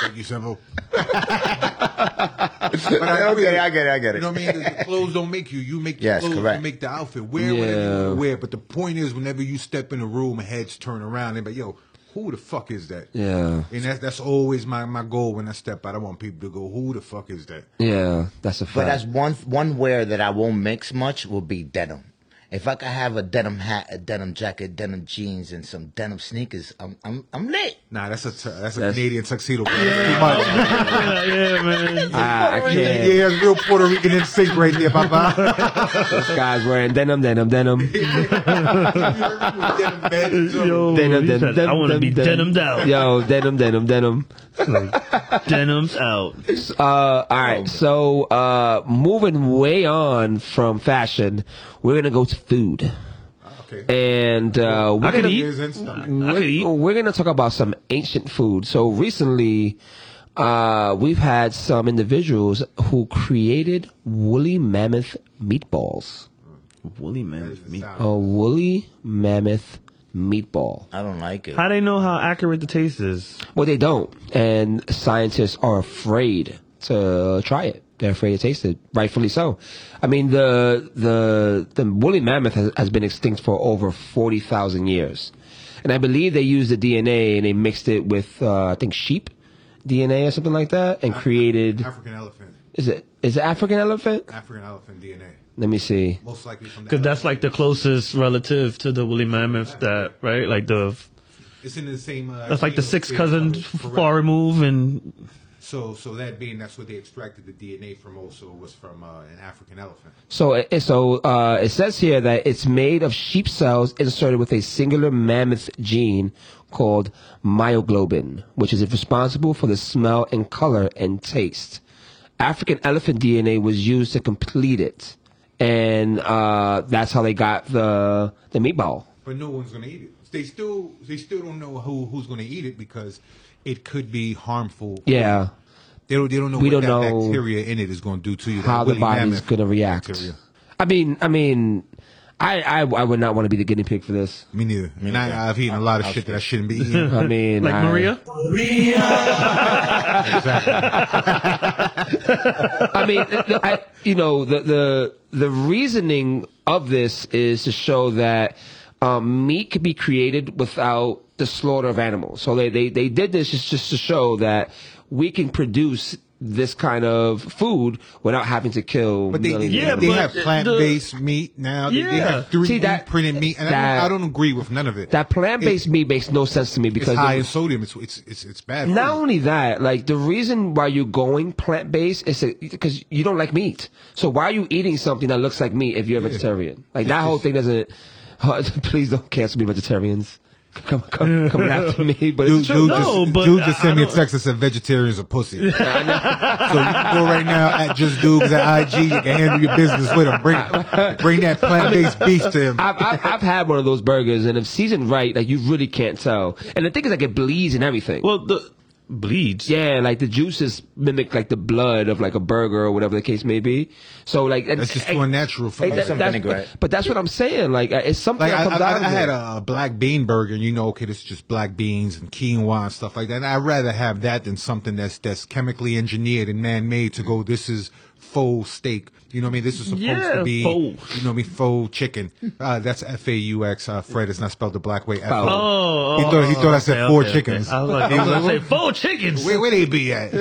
Speaker 4: Thank you, Sybil. But I
Speaker 2: Okay,
Speaker 4: agree.
Speaker 2: I get it, I get it.
Speaker 4: You know what I mean? The, the clothes don't make you. You make the
Speaker 2: Yes,
Speaker 4: clothes.
Speaker 2: correct.
Speaker 4: You make the outfit. Wear whatever you
Speaker 5: Yeah.
Speaker 4: want to wear. But the point is, whenever you step in the room, heads turn around and be, yo, who the fuck is that?
Speaker 5: yeah,
Speaker 4: And that's that's always my, my goal when I step out. I want people to go, who the fuck is that?
Speaker 5: yeah, that's a fact.
Speaker 2: But that's one one wear that I won't mix much will be denim. If I could have a denim hat, a denim jacket, denim jeans, and some denim sneakers, I'm I'm I'm lit.
Speaker 4: Nah, that's a tu- that's a
Speaker 5: That's-
Speaker 4: Canadian tuxedo. Yeah. Too much.
Speaker 1: yeah, Oh, yeah, man.
Speaker 5: Ah, I
Speaker 4: Yeah,
Speaker 5: can't.
Speaker 4: yeah, it's real Puerto Rican in sync right there, Papa.
Speaker 5: Those guys wearing denim, denim, denim.
Speaker 1: Yo,
Speaker 5: Denim,
Speaker 1: he
Speaker 5: denim,
Speaker 1: said, I
Speaker 5: denim,
Speaker 1: want to be
Speaker 5: denim,
Speaker 1: denimed out.
Speaker 5: Yo, denim, denim, denim.
Speaker 1: Denims out.
Speaker 5: Uh, all right, so uh, moving way on from fashion, we're gonna go to food,
Speaker 4: um, okay.
Speaker 5: and uh, we're
Speaker 1: I could
Speaker 5: gonna
Speaker 1: eat.
Speaker 4: Here's Insta.
Speaker 1: I could eat.
Speaker 5: We're, we're gonna talk about some ancient food. So recently, uh, we've had some individuals who created woolly mammoth meatballs.
Speaker 1: Woolly man, me.
Speaker 5: A woolly mammoth meatball.
Speaker 2: I don't like it.
Speaker 1: How they know how accurate the taste is?
Speaker 5: Well, they don't, and scientists are afraid to try it. They're afraid to taste it, rightfully so. I mean, the the the woolly mammoth has, has been extinct for over forty thousand years, and I believe they used the DNA and they mixed it with uh, I think sheep DNA or something like that,
Speaker 4: Uh,
Speaker 5: and created
Speaker 4: African elephant.
Speaker 5: is it is it African elephant?
Speaker 4: African elephant DNA.
Speaker 5: Let me see.
Speaker 4: Most likely from the
Speaker 1: Because that's
Speaker 4: elephant.
Speaker 1: like the closest relative to the woolly mammoth that, right? Like the,
Speaker 4: it's in the same. Uh,
Speaker 1: that's like the
Speaker 4: genome
Speaker 1: sixth
Speaker 4: field.
Speaker 1: cousin
Speaker 4: Correct.
Speaker 1: far remove and
Speaker 4: So, so that being that's what they extracted the DNA from. Also, was from uh, an African elephant.
Speaker 5: So, it- so uh, it says here that it's made of sheep cells inserted with a singular mammoth gene called myoglobin, which is responsible for the smell and color and taste. African elephant DNA was used to complete it, and uh, that's how they got the the meatball.
Speaker 4: but no one's gonna eat it. They still they still don't know who who's gonna eat it because it could be harmful.
Speaker 5: Yeah,
Speaker 4: They don't they don't know
Speaker 5: We
Speaker 4: what
Speaker 5: don't
Speaker 4: that
Speaker 5: know
Speaker 4: bacteria in it is gonna do to you. that
Speaker 5: how the
Speaker 4: woolly
Speaker 5: body's
Speaker 4: mammoth
Speaker 5: gonna react.
Speaker 4: bacteria.
Speaker 5: I mean, I mean, I I, I would not want to be the guinea pig for this.
Speaker 4: Me neither. And I, I've eaten a lot of shit that I shouldn't be eating.
Speaker 5: I mean,
Speaker 1: like
Speaker 5: I-
Speaker 1: Maria.
Speaker 5: I mean, I, you know, the, the the reasoning of this is to show that um, meat could be created without the slaughter of animals. So they, they, they did this just, just to show that we can produce this kind of food without having to kill.
Speaker 4: But they, they,
Speaker 5: millions of
Speaker 1: Yeah,
Speaker 4: they
Speaker 5: animals.
Speaker 1: but
Speaker 4: have
Speaker 1: the-
Speaker 4: plant based meat now. They- They
Speaker 1: Yeah.
Speaker 4: have 3D
Speaker 5: See, that-
Speaker 4: printed meat, and
Speaker 5: that-
Speaker 4: I, don't, I don't agree with none of it.
Speaker 5: that plant based meat makes no sense to me
Speaker 4: it's
Speaker 5: because
Speaker 4: high
Speaker 5: it-
Speaker 4: in sodium. It's it's it's, it's bad. for
Speaker 5: Not
Speaker 4: you.
Speaker 5: only that, like the reason why you're going plant based is because you don't like meat. So why are you eating something that looks like meat if you're a vegetarian? Like that whole thing doesn't. please don't cancel me, vegetarians. Come, come, come after me. But
Speaker 4: Dude,
Speaker 5: it's true.
Speaker 4: dude,
Speaker 1: No,
Speaker 4: just,
Speaker 1: but
Speaker 4: dude just
Speaker 1: I-
Speaker 4: sent me
Speaker 1: I
Speaker 4: a
Speaker 1: don't-
Speaker 4: text that said vegetarians are pussy. so you can go right now at just dudes at IG. You can handle your business with him. Bring bring that plant based beef to him.
Speaker 5: I've, I've, I've had one of those burgers, and if seasoned right, like you really can't tell. And the thing is, like it bleeds and everything.
Speaker 1: Well, the bleeds.
Speaker 5: yeah, like the juices mimic like the blood of like a burger or whatever the case may be. So like and-
Speaker 4: That's just
Speaker 5: and-
Speaker 4: too unnatural for
Speaker 5: and
Speaker 4: me.
Speaker 5: that-
Speaker 2: some
Speaker 5: that's-
Speaker 2: vinaigrette.
Speaker 5: But, that's what I'm saying. Like uh, it's something
Speaker 4: Like
Speaker 5: that
Speaker 4: I,
Speaker 5: comes out
Speaker 4: I,
Speaker 5: of
Speaker 4: I
Speaker 5: it.
Speaker 4: had a black bean burger, and you know, okay, this is just black beans and quinoa and stuff like that. And I'd rather have that than something that's that's chemically engineered and man made to go. This is faux steak. You know what I mean? This is supposed
Speaker 1: Yeah,
Speaker 4: to be,
Speaker 1: faux.
Speaker 4: you know what I mean? Faux chicken. Uh, that's F A U X. Uh, Fred is not spelled the black way. F O.
Speaker 5: Faux.
Speaker 1: Oh,
Speaker 4: He
Speaker 1: oh,
Speaker 4: thought- he
Speaker 1: oh,
Speaker 4: thought I said
Speaker 1: okay,
Speaker 4: four
Speaker 1: okay, okay.
Speaker 4: chickens.
Speaker 1: I was like,
Speaker 4: He
Speaker 1: I
Speaker 4: was
Speaker 1: was
Speaker 4: like,
Speaker 1: like, four chickens.
Speaker 4: Where where they be at?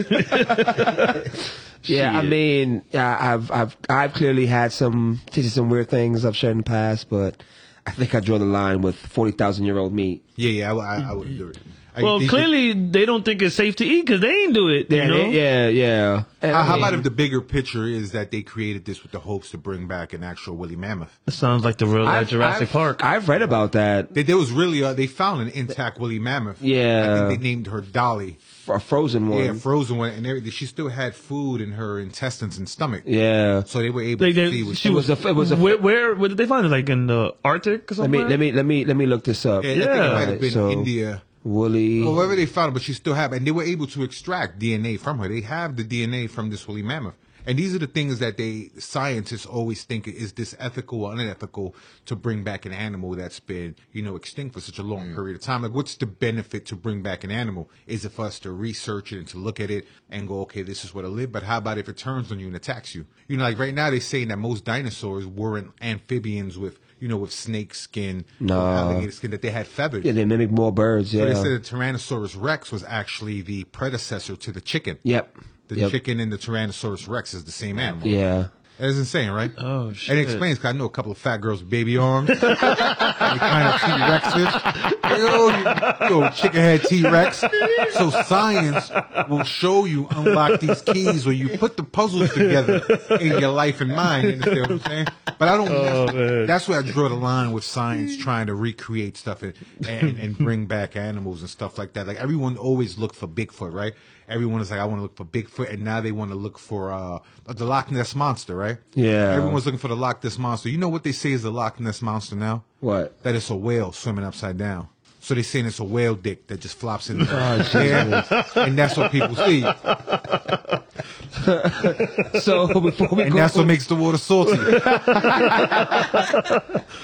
Speaker 5: Yeah, I
Speaker 1: Shit.
Speaker 5: mean, I- I've I've I've clearly had some tasted some weird things I've shared in the past, but I think I draw the line with forty thousand year old meat.
Speaker 4: Yeah, yeah, I, would- I, I wouldn't do it. I
Speaker 1: Well,
Speaker 4: think-
Speaker 1: clearly they don't think it's safe to eat because they ain't do it. You
Speaker 5: Yeah,
Speaker 1: know?
Speaker 5: yeah, yeah. And
Speaker 4: How,
Speaker 5: I
Speaker 4: how
Speaker 5: mean,
Speaker 4: about if the bigger picture is that they created this with the hopes to bring back an actual woolly mammoth?
Speaker 1: It sounds like the real life Jurassic
Speaker 5: I've-
Speaker 1: Park.
Speaker 5: I've read about that.
Speaker 4: They, there was really uh they found an intact woolly mammoth.
Speaker 5: Yeah.
Speaker 4: I think they named her Dolly.
Speaker 5: A frozen one.
Speaker 4: Yeah, frozen one, and everything. She still had food in her intestines and stomach.
Speaker 5: yeah.
Speaker 4: So they were able
Speaker 1: They-
Speaker 4: to
Speaker 1: they-
Speaker 4: see what
Speaker 1: she
Speaker 5: It
Speaker 1: was.
Speaker 5: was a. It was a.
Speaker 1: where, where? Where did they find it? Like in the Arctic or
Speaker 5: Let me
Speaker 1: something?
Speaker 5: let me let me let me look this up.
Speaker 4: Yeah, I think it
Speaker 1: Yeah.
Speaker 4: might have been
Speaker 5: So-
Speaker 4: India. Oh,
Speaker 5: Woolly.
Speaker 4: Well, wherever they found it, but she still have, and they were able to extract DNA from her. They have the DNA from this woolly mammoth, and these are the things that they scientists always think is this ethical or unethical to bring back an animal that's been you know extinct for such a
Speaker 5: Mm.
Speaker 4: long period of time. Like, what's the benefit to bring back an animal? Is it for us to research it and to look at it and go, okay, this is what I live. But how about if it turns on you and attacks you? You know, like right now they're saying that most dinosaurs weren't amphibians with you know with snake skin, with
Speaker 5: Nah.
Speaker 4: alligator skin that they had feathers.
Speaker 5: Yeah, they mimic more birds.
Speaker 4: So
Speaker 5: Yeah.
Speaker 4: they said the Tyrannosaurus Rex was actually the predecessor to the chicken.
Speaker 5: yep.
Speaker 4: The
Speaker 5: yep.
Speaker 4: chicken and the Tyrannosaurus Rex is the same animal.
Speaker 5: Yeah.
Speaker 4: That is insane, right?
Speaker 1: Oh, shit.
Speaker 4: And it explains 'cause I know a couple of fat girls with baby arms. they kind of T Rexes. You know, you- you know, chicken head T Rex. So science will show you unlock these keys where you put the puzzles together in your life and mind. You understand what I'm saying? But I don't. that's,
Speaker 1: man.
Speaker 4: that's where I draw the line with science trying to recreate stuff and, and and bring back animals and stuff like that. Like everyone always looked for Bigfoot, right? Everyone is like, I want to look for Bigfoot, and now they want to look for uh the Loch Ness monster, right?
Speaker 5: Yeah.
Speaker 4: Everyone's looking for the Loch Ness monster. You know what they say is the Loch Ness monster now?
Speaker 5: What?
Speaker 4: That it's a whale swimming upside down. So they saying it's a whale dick that just flops in
Speaker 1: Oh,
Speaker 4: the air, and that's what people see,
Speaker 5: So before we
Speaker 4: and
Speaker 5: go,
Speaker 4: that's what makes the water salty.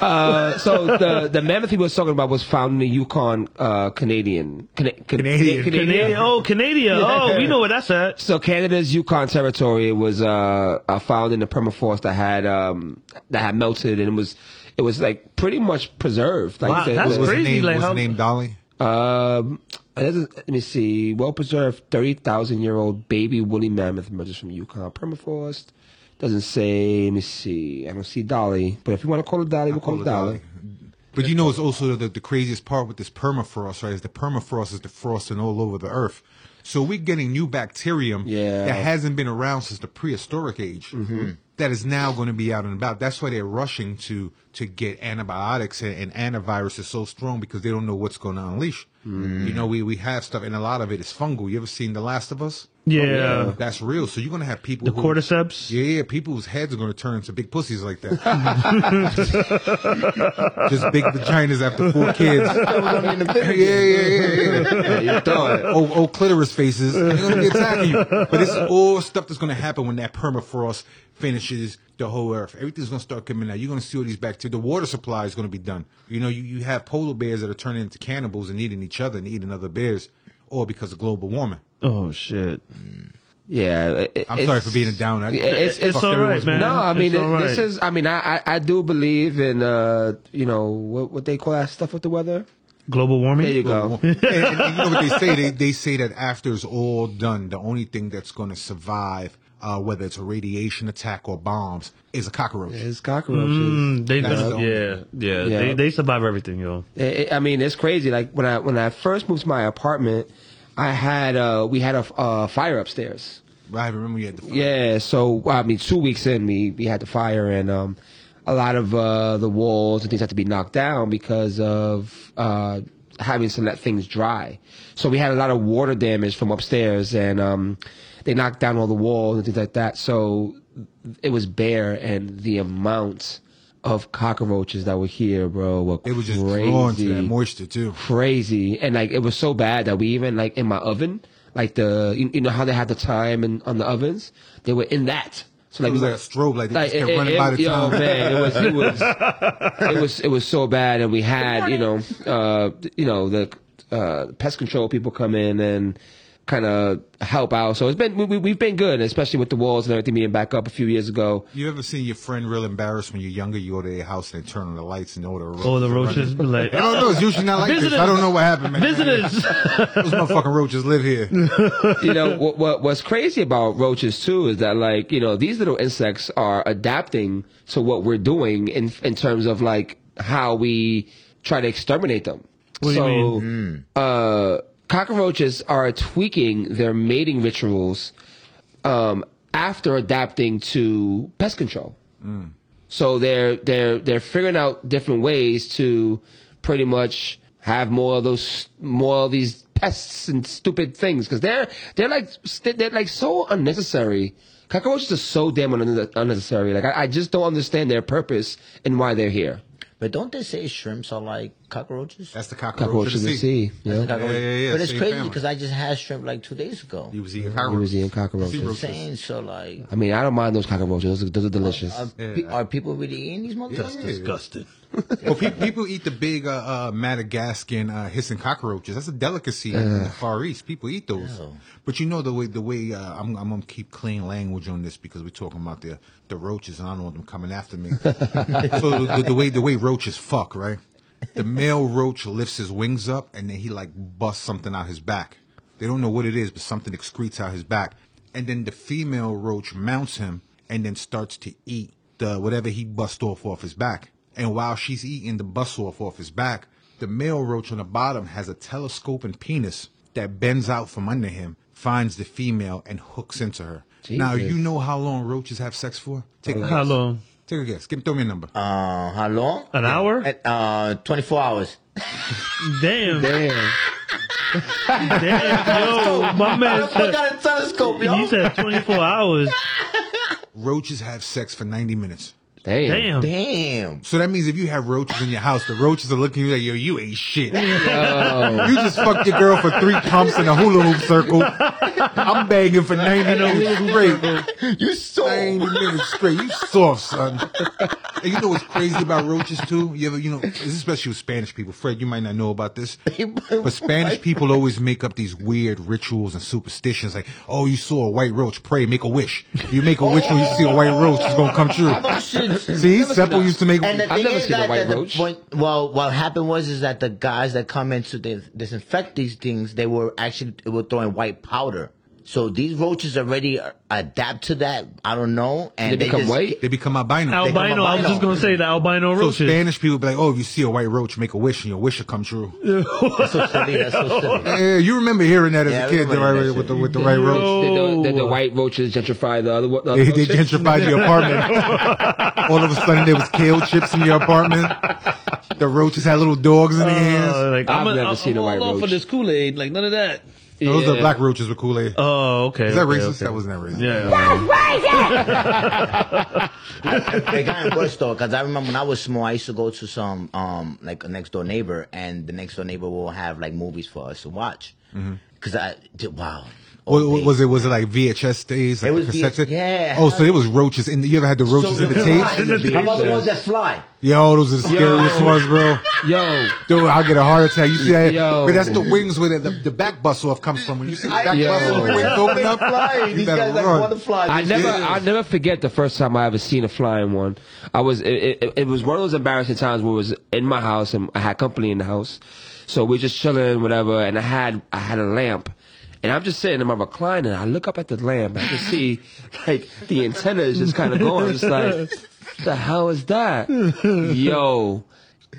Speaker 5: uh, so the the mammoth he was talking about was found in the Yukon, uh, Canadian, Cana- Can-
Speaker 4: Canadian.
Speaker 1: Canadian. Oh, Canada. Oh, we know where that's at.
Speaker 5: So Canada's Yukon territory was uh, uh, found in the permafrost that had um, that had melted and it was it was like pretty much preserved. Like
Speaker 1: Wow,
Speaker 5: you said,
Speaker 1: that's
Speaker 5: it was,
Speaker 4: What's the
Speaker 1: crazy,
Speaker 4: name?
Speaker 1: like
Speaker 4: What's the
Speaker 1: how-
Speaker 4: name? Dolly.
Speaker 5: Um, it doesn't- let me see. Well preserved, thirty thousand year old baby woolly mammoth emerges from Yukon permafrost. Doesn't say. Let me see. I don't see Dolly, but if you want to call it Dolly, we'll call,
Speaker 4: call
Speaker 5: it
Speaker 4: it
Speaker 5: Dolly.
Speaker 4: Dolly. But you know, it's also the, the craziest part with this permafrost, right? Is the permafrost is defrosting all over the earth. So we're getting new bacterium
Speaker 5: Yeah.
Speaker 4: that hasn't been around since the prehistoric age. that is now going to be out and about. That's why they're rushing to to get antibiotics and, and antivirus is so strong because they don't know what's going to unleash. You know, we, we have stuff, and a lot of it is fungal. You ever seen The Last of Us?
Speaker 1: Yeah.
Speaker 4: That's real. So you're going to have people
Speaker 1: The
Speaker 4: who-
Speaker 1: cordyceps.
Speaker 4: yeah, yeah, people whose heads are going to turn into big pussies like that. Just big vaginas after four kids. yeah, yeah, yeah, yeah.
Speaker 5: Yeah, you thought it.
Speaker 4: Old, old clitoris faces. They're going to be attacking you. But it's all stuff that's going to happen when that permafrost finishes the whole earth. Everything's going to start coming out. You're going to see all these bacteria. The water supply is going to be done. You know, you, you have polar bears that are turning into cannibals and eating each other and eating other bears, all because of global warming.
Speaker 1: Oh shit.
Speaker 5: Yeah, it- it-
Speaker 4: I'm
Speaker 5: it's-
Speaker 4: sorry for being a downer. I-
Speaker 5: Yeah, It's, it's
Speaker 1: It's all right, man.
Speaker 5: No, I mean
Speaker 1: It's all
Speaker 5: it- this
Speaker 1: right.
Speaker 5: is. I mean, I, I I do believe in uh you know what what they call that stuff with the weather.
Speaker 1: Global warming.
Speaker 5: There you go.
Speaker 4: and, and you know what they say? They, they say that after it's all done, the only thing that's going to survive, uh, whether it's a radiation attack or bombs, is a cockroach.
Speaker 5: It's cockroaches.
Speaker 1: Mm, they
Speaker 4: That's
Speaker 1: gonna-
Speaker 4: the-
Speaker 1: yeah, yeah,
Speaker 5: Yeah.
Speaker 1: They they survive everything, yo.
Speaker 5: I I mean, it's crazy. Like when I when I first moved to my apartment, I had uh we had a f- uh, fire upstairs.
Speaker 4: I remember you had the
Speaker 5: Yeah, so I mean, two weeks in, we we had the fire and um a lot of uh the walls and things had to be knocked down because of uh having to let things dry. So we had a lot of water damage from upstairs and um they knocked down all the walls and things like that. So it was bare and the amount of cockroaches that were here, bro, were
Speaker 4: It was just
Speaker 5: crazy
Speaker 4: drawn to that moisture too.
Speaker 5: crazy and like it was so bad that we even like in my oven like the you, you know how they had the time and on the ovens they were in that so like
Speaker 4: It was
Speaker 5: we-
Speaker 4: like a strobe, like they just kept
Speaker 5: it-
Speaker 4: running
Speaker 5: it-
Speaker 4: by the
Speaker 5: yo,
Speaker 4: time.
Speaker 5: man, it was it was it was it was so bad and we had you know uh you know the uh pest control people come in and kind of help out so it's been we, we, we've been good especially with the walls and everything being back up a few years ago
Speaker 4: You ever seen your friend real embarrassed when you're younger? You go to their house and they turn on the lights and all the roaches.
Speaker 1: All Oh, the
Speaker 4: are
Speaker 1: roaches
Speaker 4: running.
Speaker 1: be like
Speaker 4: I don't know. It's usually not like this. I don't know what happened, man.
Speaker 1: visitors.
Speaker 4: Those motherfucking roaches live here.
Speaker 5: you know what, what what's crazy about roaches too is that like you know these little insects are adapting to what we're doing in in terms of like how we try to exterminate them.
Speaker 1: do you
Speaker 5: so
Speaker 1: mean?
Speaker 5: uh, cockroaches are tweaking their mating rituals um, after adapting to pest control. So they're they're they're figuring out different ways to pretty much have more of those more of these pests and stupid things because they're they're like they're like so unnecessary. Cockroaches are so damn unne- unnecessary. Like I, I just don't understand their purpose and why they're here.
Speaker 2: But don't they say shrimps are like cockroaches?
Speaker 4: That's the cockroach.
Speaker 5: Cockroaches
Speaker 4: of
Speaker 5: in
Speaker 4: the
Speaker 5: the sea. Yeah.
Speaker 2: Cockroach-
Speaker 4: yeah, yeah, yeah,
Speaker 2: But it's
Speaker 4: same
Speaker 2: crazy
Speaker 4: family.
Speaker 2: because I just had shrimp like two days ago.
Speaker 4: He was eating
Speaker 5: He was eating
Speaker 4: cockroaches.
Speaker 5: cockroaches.
Speaker 4: Sea roaches.
Speaker 2: Saying so, like,
Speaker 5: I mean, I don't mind those cockroaches. Those are, those are delicious.
Speaker 2: are,
Speaker 4: Yeah.
Speaker 2: pe- are people really eating these motherfuckers?
Speaker 4: Yeah.
Speaker 1: Disgusting.
Speaker 4: Well, pe- people eat the big uh, uh, Madagascan uh, hissing cockroaches. That's a delicacy in the Far East. People eat those.
Speaker 2: Ew.
Speaker 4: But you know the way the way uh, I'm, I'm gonna keep clean language on this because we're talking about the the roaches and I don't want them coming after me. so the, the way the way roaches fuck right. The male roach lifts his wings up and then he like busts something out his back. They don't know what it is, but something excretes out his back. And then the female roach mounts him and then starts to eat the whatever he bust off off his back. And while she's eating the bust off off his back, the male roach on the bottom has a telescoping penis that bends out from under him, finds the female, and hooks into her. Now
Speaker 5: Jesus.
Speaker 4: you know how long roaches have sex for? Take a guess.
Speaker 1: How long?
Speaker 4: Take a guess. Give throw me a number.
Speaker 2: Uh, how long?
Speaker 1: An hour?
Speaker 2: At, uh, 24 hours.
Speaker 1: Damn, damn,
Speaker 5: Damn.
Speaker 1: yo, my man
Speaker 2: I
Speaker 1: said,
Speaker 2: got a telescope, yo.
Speaker 1: you said 24 hours.
Speaker 4: roaches have sex for 90 minutes.
Speaker 1: Damn.
Speaker 5: Damn.
Speaker 2: Damn.
Speaker 4: So that means if you have roaches in your house, the roaches are looking at you like, yo, you ain't shit. You just fucked your girl for three pumps in a hula hoop circle. I'm banging for 90 minutes straight.
Speaker 2: You so.
Speaker 4: 90 minutes straight. You soft, son. And you know what's crazy about roaches, too? You ever, you know, especially with Spanish people. Fred, you might not know about this. But Spanish people always make up these weird rituals and superstitions like, oh, you saw a white roach, pray, make a wish. You make a wish when you see a white roach, it's gonna come true. See, Seppo used to make
Speaker 2: And the
Speaker 5: I've
Speaker 2: thing
Speaker 5: never
Speaker 2: is
Speaker 5: seen a
Speaker 2: that-
Speaker 5: white
Speaker 2: that the
Speaker 5: roach.
Speaker 2: point- well, what happened was is that the guys that come in to dis- disinfect these things, they were actually they were throwing white powder. So these roaches already adapt to that. I don't know, and
Speaker 5: They become
Speaker 2: just-
Speaker 5: white?
Speaker 4: They become albino.
Speaker 1: Albino, I was just gonna say the albino
Speaker 4: So
Speaker 1: roaches.
Speaker 4: Spanish people be like, "Oh, if you see a white roach, make a wish, and your wish will come true."
Speaker 2: That's so silly. That's so silly.
Speaker 4: Yeah, you remember hearing that as
Speaker 2: Yeah,
Speaker 4: a kid, the
Speaker 2: everybody
Speaker 4: right,
Speaker 2: does
Speaker 4: with
Speaker 2: it.
Speaker 4: the with the right roach.
Speaker 5: Did the, did the
Speaker 1: Oh.
Speaker 5: white roaches gentrify the other, the other
Speaker 4: They, they
Speaker 5: roaches?
Speaker 4: gentrified your apartment. All of a sudden, there was kale chips in your apartment. The roaches had little dogs in their
Speaker 1: Uh,
Speaker 4: hands.
Speaker 1: like,
Speaker 5: I've
Speaker 1: I'm, a,
Speaker 5: never
Speaker 1: I'm,
Speaker 5: seen a
Speaker 1: I'm
Speaker 5: white
Speaker 1: all off
Speaker 5: roach.
Speaker 1: of this Kool Aid, like none of that.
Speaker 4: Those
Speaker 5: Yeah.
Speaker 4: are black roaches with Kool Aid.
Speaker 1: Oh, okay.
Speaker 4: Is that
Speaker 1: okay,
Speaker 4: racist?
Speaker 1: okay.
Speaker 4: That wasn't that racist.
Speaker 1: Yeah.
Speaker 2: it got worse though, because I remember when I was small, I used to go to some um like a next door neighbor, and the next door neighbor will have like movies for us to watch.
Speaker 5: Mm-hmm.
Speaker 2: Because I did wow.
Speaker 4: Wa-
Speaker 2: Old
Speaker 4: wa-
Speaker 2: days.
Speaker 4: was it was it like VHS days? Like
Speaker 2: It was
Speaker 4: the cassette
Speaker 2: VH
Speaker 4: tape?
Speaker 2: yeah.
Speaker 4: Oh, so it was roaches in. The, you ever had the roaches in the tapes?
Speaker 2: flies. How about the ones that fly?
Speaker 4: Yo, those are the scariest
Speaker 5: Yo.
Speaker 4: ones, bro.
Speaker 5: Yo,
Speaker 4: Dude, I'll get a heart attack. You see that?
Speaker 5: Yo.
Speaker 4: But that's the wings where the, the, the back bust off comes from. When you see the back
Speaker 5: Yo.
Speaker 4: bust off, the wings open up, you
Speaker 2: These
Speaker 4: better
Speaker 2: guys like
Speaker 4: run.
Speaker 2: want to fly.
Speaker 5: I
Speaker 2: These
Speaker 5: never,
Speaker 2: guys-
Speaker 5: I never forget the first time I ever seen a flying one. I was, it, it, it was one of those embarrassing times where it was in my house and I had company in the house, so we're just chilling, whatever. And I had, I had a lamp, and I'm just sitting in my recliner. I look up at the lamp, and I can see like the antenna is just kind of going. I'm just like, the hell is that, yo?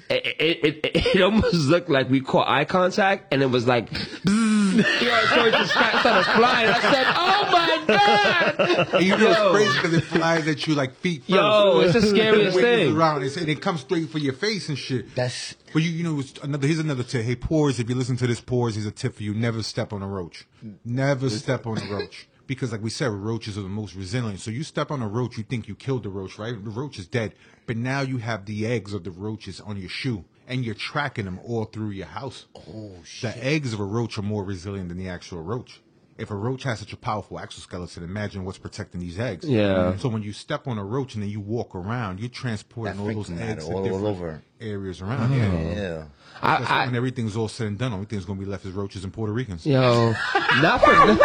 Speaker 5: It, it, it, it almost looked like we caught eye contact, and it was like, you know, so it just started flying. I said, "Oh my god!"
Speaker 4: And you know
Speaker 5: Yo.
Speaker 4: it's crazy because it flies at you like feet first.
Speaker 5: Yo, it's the scariest
Speaker 4: It wiggles
Speaker 5: thing.
Speaker 4: Around. It's, and it comes straight for your face and shit.
Speaker 2: That's
Speaker 4: But you, you know, it's another. Here's another tip. Hey, pores. If you listen to this, pores. Here's a tip for you. Never step on a roach. Never step on a roach. Because, like we said, roaches are the most resilient. So you step on a roach, you think you killed the roach, right? The roach is dead. But now you have the eggs of the roaches on your shoe, and you're tracking them all through your house. Oh shit! The eggs of a roach are more resilient than the actual roach. If a roach has such a powerful exoskeleton, imagine what's protecting these eggs.
Speaker 5: Yeah.
Speaker 4: So when you step on a roach and then you walk around, you're transporting
Speaker 2: That
Speaker 4: all those
Speaker 2: freaking matter
Speaker 4: eggs to
Speaker 2: all
Speaker 4: different
Speaker 2: over.
Speaker 4: areas around. Yeah.
Speaker 2: yeah.
Speaker 4: That's
Speaker 5: I,
Speaker 4: when
Speaker 5: I,
Speaker 4: everything's all said and done, only thing's gonna be left is roaches and Puerto Ricans.
Speaker 5: yo, not for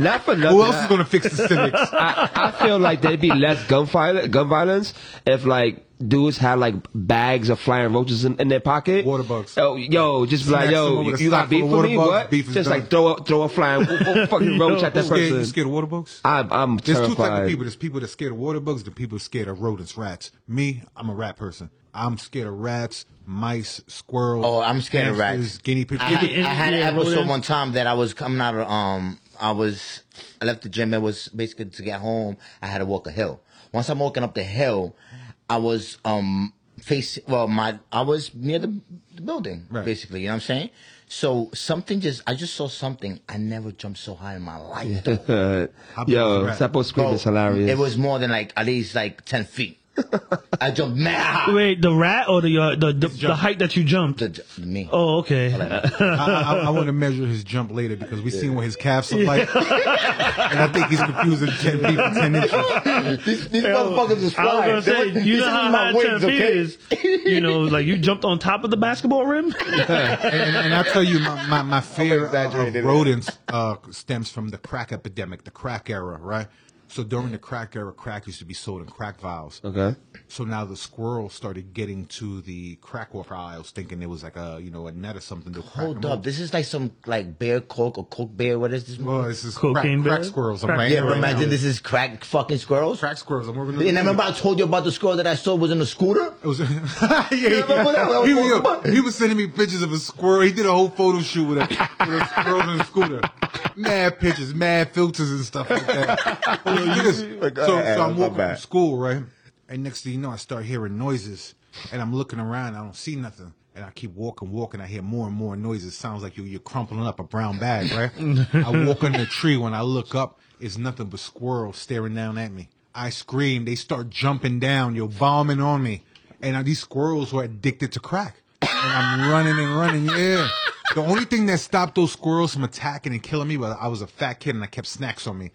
Speaker 5: not for nothing.
Speaker 4: Who else is gonna fix the civics?
Speaker 5: I, I feel like there'd be less gun violence, gun violence if like dudes had like bags of flying roaches in, in their pocket.
Speaker 4: Water bugs.
Speaker 5: Yo, yo, just be like
Speaker 4: Smack
Speaker 5: yo,
Speaker 4: someone
Speaker 5: you,
Speaker 4: with a
Speaker 5: you got
Speaker 4: sack full
Speaker 5: beef
Speaker 4: of
Speaker 5: with
Speaker 4: water
Speaker 5: me?
Speaker 4: bugs,
Speaker 5: What?
Speaker 4: beef is
Speaker 5: Just
Speaker 4: done.
Speaker 5: like throw a throw a flying wo- fucking roach at that
Speaker 4: You scared, you
Speaker 5: person.
Speaker 4: scared of water bugs?
Speaker 5: I'm I'm
Speaker 4: There's
Speaker 5: terrified.
Speaker 4: two types of people. There's people that scared of water bugs, the people scared of rodents, rats. Me, I'm a rat person. I'm scared of rats, mice, squirrels.
Speaker 2: Oh, I'm scared of
Speaker 4: hamsters,
Speaker 2: rats.
Speaker 4: Guinea pigs.
Speaker 2: I had, I had an
Speaker 1: Yeah,
Speaker 2: episode
Speaker 1: rodents.
Speaker 2: one time that I was coming out of um I was I left the gym and was basically to get home I had to walk a hill. Once I'm walking up the hill, I was um facing well my I was near the, the building
Speaker 4: Right.
Speaker 2: basically, you know what I'm saying? So something just I just saw something. I never jumped so high in my life. though.
Speaker 4: How big
Speaker 5: Uh, yo,
Speaker 4: was the rat?
Speaker 5: Seppo scream is
Speaker 2: Bro,
Speaker 5: hilarious.
Speaker 2: It was more than like at least like ten feet. I jumped mad high.
Speaker 1: Wait, the rat or the uh, the the, the height that you jumped?
Speaker 2: The, ju- me.
Speaker 1: Oh, okay.
Speaker 4: I, I, I want to measure his jump later because we seen what his calves look like, and I think he's confusing ten feet for ten inches.
Speaker 2: These, these
Speaker 1: I
Speaker 2: motherfuckers
Speaker 1: was
Speaker 2: is flying.
Speaker 1: gonna say,
Speaker 2: They-
Speaker 1: you
Speaker 2: this
Speaker 1: know
Speaker 2: is
Speaker 1: how high
Speaker 2: my
Speaker 1: ten
Speaker 2: wings,
Speaker 1: feet
Speaker 2: okay?
Speaker 1: is. You know, like you jumped on top of the basketball rim.
Speaker 4: And, and, and I tell you, my, my, my fear of- of
Speaker 2: exaggerating it.
Speaker 4: rodents uh, stems from the crack epidemic, the crack era, right? So during the crack era, crack used to be sold in crack vials.
Speaker 5: Okay.
Speaker 4: So now the squirrels started getting to the crack water aisles, thinking it was like a you know a net or something. To crack
Speaker 2: Hold
Speaker 4: them
Speaker 2: up, this is like some like bear coke or coke bear. What is this?
Speaker 4: Oh, this is
Speaker 1: Cocaine
Speaker 4: crack, crack
Speaker 1: bear?
Speaker 4: squirrels. I'm
Speaker 1: Crack
Speaker 4: right
Speaker 2: yeah,
Speaker 4: here
Speaker 2: but
Speaker 4: right now.
Speaker 2: imagine this is crack fucking squirrels.
Speaker 4: Crack squirrels. I'm working. on
Speaker 2: And
Speaker 4: the-
Speaker 2: I remember I told you about the squirrel that I saw was in a scooter.
Speaker 4: It was, yeah,
Speaker 2: remember that? That was
Speaker 4: He, was-
Speaker 2: fun.
Speaker 4: he was sending me pictures of a squirrel. He did a whole photo shoot with a, with a squirrel and a scooter. Mad pictures, mad filters and stuff like that. Well, you just-
Speaker 2: Like,
Speaker 4: so, so
Speaker 2: uh,
Speaker 4: I'm
Speaker 2: my
Speaker 4: walking from
Speaker 2: bad.
Speaker 4: school, right? And next thing you know, I start hearing noises. And I'm looking around. I don't see nothing. And I keep walking, walking. I hear more and more noises. Sounds like you, you're crumpling up a brown bag, right? I walk under the tree. When I look up, it's nothing but squirrels staring down at me. I scream. They start jumping down. You're bombing on me and uh, these squirrels were addicted to crack. And I'm running and running, yeah. The only thing that stopped those squirrels from attacking and killing me was I was a fat kid and I kept snacks on me.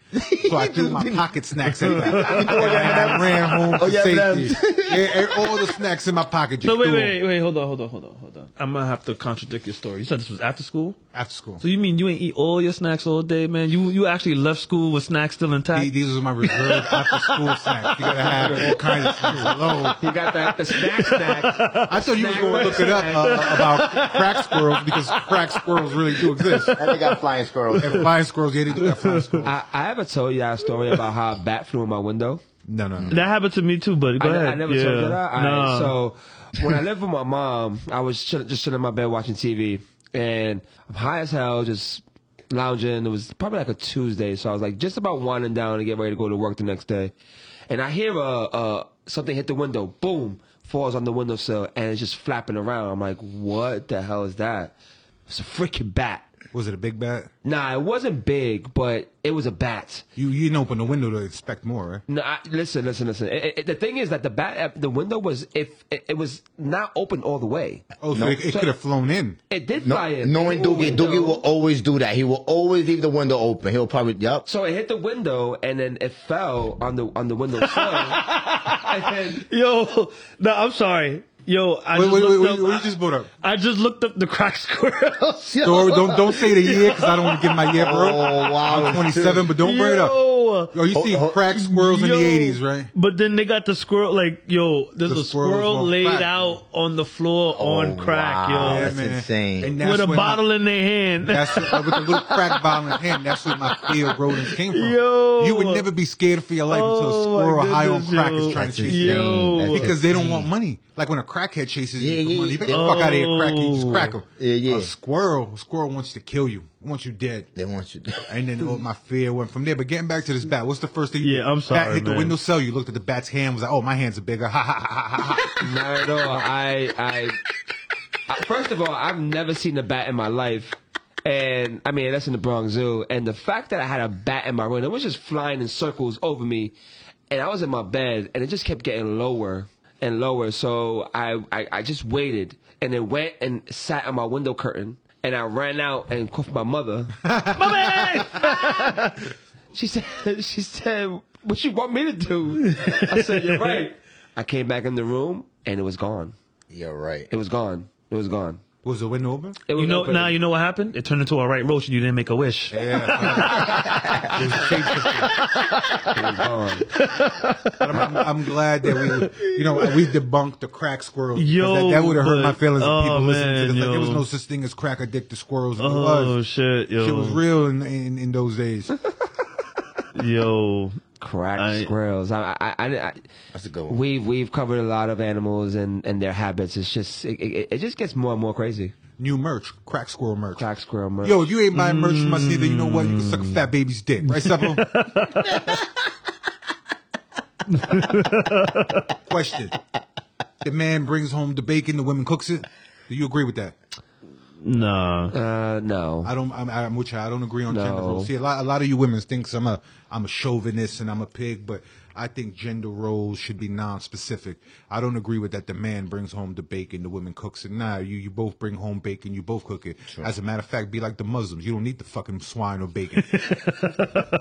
Speaker 4: So I threw my pocket snacks at them. and I ran home to
Speaker 2: Oh, yeah,
Speaker 4: safety.
Speaker 2: them.
Speaker 4: Yeah, and all the snacks in my pocket.
Speaker 1: So
Speaker 4: just
Speaker 1: wait,
Speaker 4: threw
Speaker 1: wait,
Speaker 4: them
Speaker 1: wait, hold on, hold on, hold on, hold on. I'm gonna have to contradict your story. You said this was after school.
Speaker 4: After school.
Speaker 1: So you mean you ain't eat all your snacks all day, man? You you actually left school with snacks still
Speaker 4: These-
Speaker 1: intact?
Speaker 4: These are my reserved after school snacks. You gotta have all kinds of snacks alone.
Speaker 6: You got that the snack snack.
Speaker 4: I thought you was gonna look it up uh, about crack squirrels because crack squirrels really do exist.
Speaker 2: And they got flying squirrels.
Speaker 4: And flying squirrels, yeah, they do have flying squirrels.
Speaker 5: I, I ever told y'all a story about how a bat flew in my window.
Speaker 4: No, no, no.
Speaker 1: That happened to me too, buddy. Go
Speaker 5: I,
Speaker 1: ahead.
Speaker 5: I never
Speaker 1: yeah.
Speaker 5: told you that. All right,
Speaker 1: Nah.
Speaker 5: so when I lived with my mom, I was chill, just sitting in my bed watching TV, and I'm high as hell, just lounging. It was probably like a Tuesday, so I was like just about winding down to get ready to go to work the next day, and I hear uh, uh, something hit the window. Boom, falls on the windowsill, and it's just flapping around. I'm like, what the hell is that? It's a freaking bat.
Speaker 4: Was it a big bat?
Speaker 5: Nah, it wasn't big, but it was a bat.
Speaker 4: You you didn't open the window to expect more, right?
Speaker 5: No, I, listen, listen, listen. It- it- the thing is that the bat, uh, the window was if it, it was not open all the way.
Speaker 4: Oh, so
Speaker 2: No.
Speaker 4: it, it could have flown in.
Speaker 5: It did
Speaker 2: No,
Speaker 5: fly in.
Speaker 2: knowing
Speaker 5: through
Speaker 2: Doogie,
Speaker 5: a window.
Speaker 2: Doogie will always do that. He will always leave the window open. He'll probably, yep.
Speaker 5: So it hit the window and then it fell on the on the window sill. and then
Speaker 1: Yo, no, I'm sorry. Yo, I
Speaker 4: Wait,
Speaker 1: just
Speaker 4: wait, wait,
Speaker 1: looked
Speaker 4: wait,
Speaker 1: up.
Speaker 4: what you just brought up?
Speaker 1: I just looked up the crack squirrels. Yo.
Speaker 4: Don't, don't don't say the year because I don't want to give my year, bro.
Speaker 2: Oh, wow.
Speaker 4: I'm 27, but don't bring it up.
Speaker 1: Yo.
Speaker 4: Yo, you see
Speaker 2: Oh, oh.
Speaker 4: crack squirrels in
Speaker 1: Yo.
Speaker 4: the 80s, right?
Speaker 1: But then they got the squirrel, like, yo, there's
Speaker 4: The
Speaker 1: a
Speaker 4: squirrels
Speaker 1: squirrel
Speaker 4: on
Speaker 1: laid
Speaker 4: crack.
Speaker 1: out on the floor on
Speaker 2: Oh,
Speaker 1: crack,
Speaker 2: wow.
Speaker 1: yo.
Speaker 2: That's insane.
Speaker 4: And
Speaker 1: With a
Speaker 4: when
Speaker 1: bottle
Speaker 4: My,
Speaker 1: in their hand.
Speaker 4: that's uh, with a little crack bottle in hand. That's where my fear of rodents came from.
Speaker 1: Yo.
Speaker 4: You would never be scared for your life until a
Speaker 1: Oh, my
Speaker 4: squirrel high on
Speaker 1: goodness,
Speaker 4: crack
Speaker 1: yo.
Speaker 4: is trying
Speaker 2: That's
Speaker 4: to chase you. down.
Speaker 1: Yo.
Speaker 2: insane. That's
Speaker 4: Because they don't
Speaker 2: insane.
Speaker 4: want money. Like when a crackhead chases
Speaker 2: Yeah,
Speaker 4: you for
Speaker 2: yeah,
Speaker 4: money, you get the
Speaker 2: yeah.
Speaker 4: fuck out of here, crackhead. You just
Speaker 1: Oh.
Speaker 4: crack 'em.
Speaker 2: Yeah, yeah.
Speaker 4: A squirrel, a squirrel wants to kill you. It wants you dead.
Speaker 2: They want you.
Speaker 4: And then all my fear went from there. But getting back to this bat, what's the first thing?
Speaker 1: Yeah, I'm
Speaker 4: Bat
Speaker 1: sorry,
Speaker 4: hit the
Speaker 1: man.
Speaker 4: windowsill. You looked at the bat's hand. Was like, oh, my hands are bigger. Ha ha ha ha ha. ha.
Speaker 5: not at all. I, I I first of all, I've never seen a bat in my life. And I mean, that's in the Bronx Zoo. And the fact that I had a bat in my room, it was just flying in circles over me. And I was in my bed, and it just kept getting lower and lower. So I, I, I just waited, and it went and sat on my window curtain. And I ran out and called my mother. She said, she said, what you want me to do? I said, you're right. I came back in the room, and it was gone.
Speaker 2: You're right.
Speaker 5: It was gone. It was gone.
Speaker 4: Was the window open?
Speaker 5: It was
Speaker 1: You know,
Speaker 5: open.
Speaker 1: now you know what happened? It turned into a right roach and you didn't make a wish.
Speaker 4: Yeah. It was a shapeshifter.
Speaker 5: It was gone.
Speaker 4: But I'm, I'm, I'm glad that we, you know, we debunked the crack squirrels. 'Cause
Speaker 1: Yo,
Speaker 4: that, that would have hurt
Speaker 1: but-
Speaker 4: my feelings if people
Speaker 1: oh,
Speaker 4: listening to
Speaker 1: man,
Speaker 4: this. Like, there was
Speaker 1: yo.
Speaker 4: no such thing as crack addicted squirrels. it
Speaker 1: Oh,
Speaker 4: was.
Speaker 1: shit, yo.
Speaker 4: Shit was real in, in, in those days.
Speaker 1: Yo.
Speaker 5: Crack
Speaker 1: I-
Speaker 5: squirrels. I, I, I, I,
Speaker 2: That's a good one.
Speaker 5: we've we've covered a lot of animals and, and their habits. It's just it, it, it just gets more and more crazy.
Speaker 4: New merch, crack squirrel merch.
Speaker 5: Crack squirrel. Merch.
Speaker 4: Yo, you ain't buying merch from us either. You know what? You can suck a fat baby's dick, right, Seppo? Question: The man brings home the bacon, the woman cooks it. Do you agree with that?
Speaker 1: Nah.
Speaker 5: uh, no.
Speaker 4: I don't. I'm, I'm with you. I don't agree on gender
Speaker 5: No.
Speaker 4: roles. See, a lot, a lot of you women thinks I'm a, I'm a chauvinist and I'm a pig, but I think gender roles should be non-specific. I don't agree with that. The man brings home the bacon, the woman cooks it. Nah, you, you both bring home bacon, you both cook it. As a matter of fact, be like the Muslims. You don't need the fucking swine or bacon.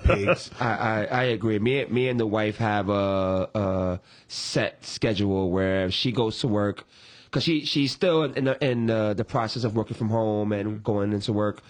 Speaker 4: Pigs.
Speaker 5: I, I, I agree. Me and- me and the wife have a, a set schedule where she goes to work because she she's still in the, in uh, the process of working from home and going into work.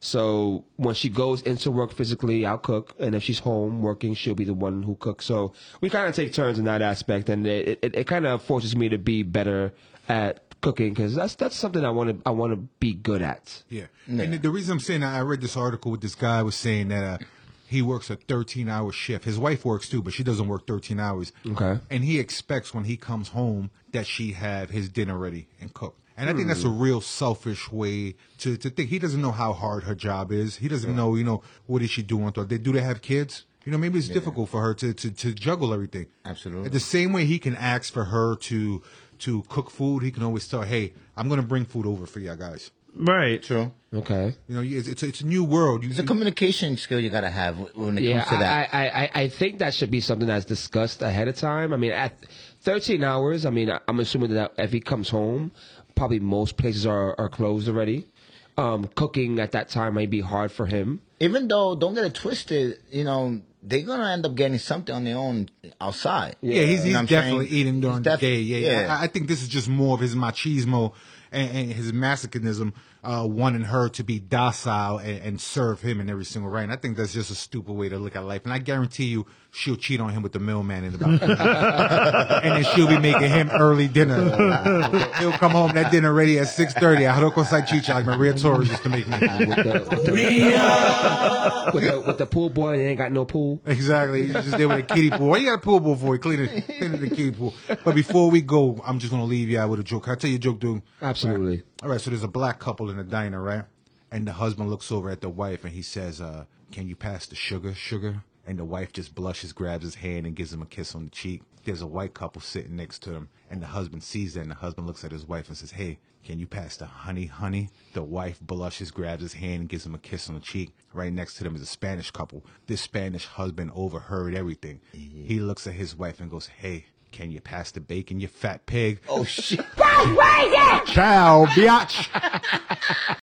Speaker 5: So when she goes into work physically, I'll cook, and if she's home working, she'll be the one who cooks. So we kind of take turns in that aspect, and it it, it kind of forces me to be better at cooking because that's that's something I want to I want to be good at.
Speaker 4: Yeah. And the, the reason I'm saying that, I read this article with this guy was saying that uh, he works a 13 hour shift. His wife works too, but she doesn't work 13 hours.
Speaker 5: Okay.
Speaker 4: And he expects when he comes home that she have his dinner ready and cooked. And I think that's a real selfish way to, to think. He doesn't know how hard her job is. He doesn't know, you know, what is she doing? Do they, do they have kids? You know, maybe it's difficult for her to, to, to juggle everything.
Speaker 2: Absolutely.
Speaker 4: The same way he can ask for her to to cook food, he can always tell, "Hey, I'm gonna bring food over for you guys."
Speaker 1: Right.
Speaker 2: True.
Speaker 5: Okay.
Speaker 4: You know, it's it's, it's a new world. You,
Speaker 2: It's a communication skill you gotta have when it
Speaker 5: Yeah,
Speaker 2: comes to that.
Speaker 5: I, I, I, I think that should be something that's discussed ahead of time. I mean, at 13 hours, I mean, I- I'm assuming that if he comes home, probably most places are, are closed already. Um, cooking at that time might be hard for him.
Speaker 2: Even though, don't get it twisted. You know, they're gonna end up getting something on their own outside.
Speaker 4: yeah,
Speaker 2: You
Speaker 4: he's, he's
Speaker 2: know what I'm
Speaker 4: definitely
Speaker 2: saying?
Speaker 4: eating during
Speaker 2: He's
Speaker 4: the
Speaker 2: def-
Speaker 4: day. Yeah, yeah. I, I think this is just more of his machismo and, and his masochism, uh, wanting her to be docile and, and serve him in every single right. And I think that's just a stupid way to look at life. And I guarantee you, she'll cheat on him with the mailman in about, and then she'll be making him early dinner. He'll come home that dinner ready at six thirty. I don't chicha like Maria Torres used to make me.
Speaker 5: With the, with the, with the, with the pool boy, they ain't got no pool.
Speaker 4: Exactly. He's just there with a kiddie pool. Why you got a pool ball for? He cleaning, cleaning the kiddie pool. But before we go, I'm just going to leave you out with a joke. Can I tell you a joke, dude?
Speaker 5: Absolutely.
Speaker 4: All right, so there's a black couple in the diner, right? And the husband looks over at the wife and he says, uh, Can you pass the sugar, sugar? And the wife just blushes, grabs his hand, and gives him a kiss on the cheek. There's a white couple sitting next to them, and the husband sees that, and the husband looks at his wife and says, Hey, can you pass the honey, honey? The wife blushes, grabs his hand, and gives him a kiss on the cheek. Right next to them is a Spanish couple. This Spanish husband overheard everything. He looks at his wife and goes, Hey, can you pass the bacon, you fat pig?
Speaker 2: Oh shit.
Speaker 4: Ciao, biatch!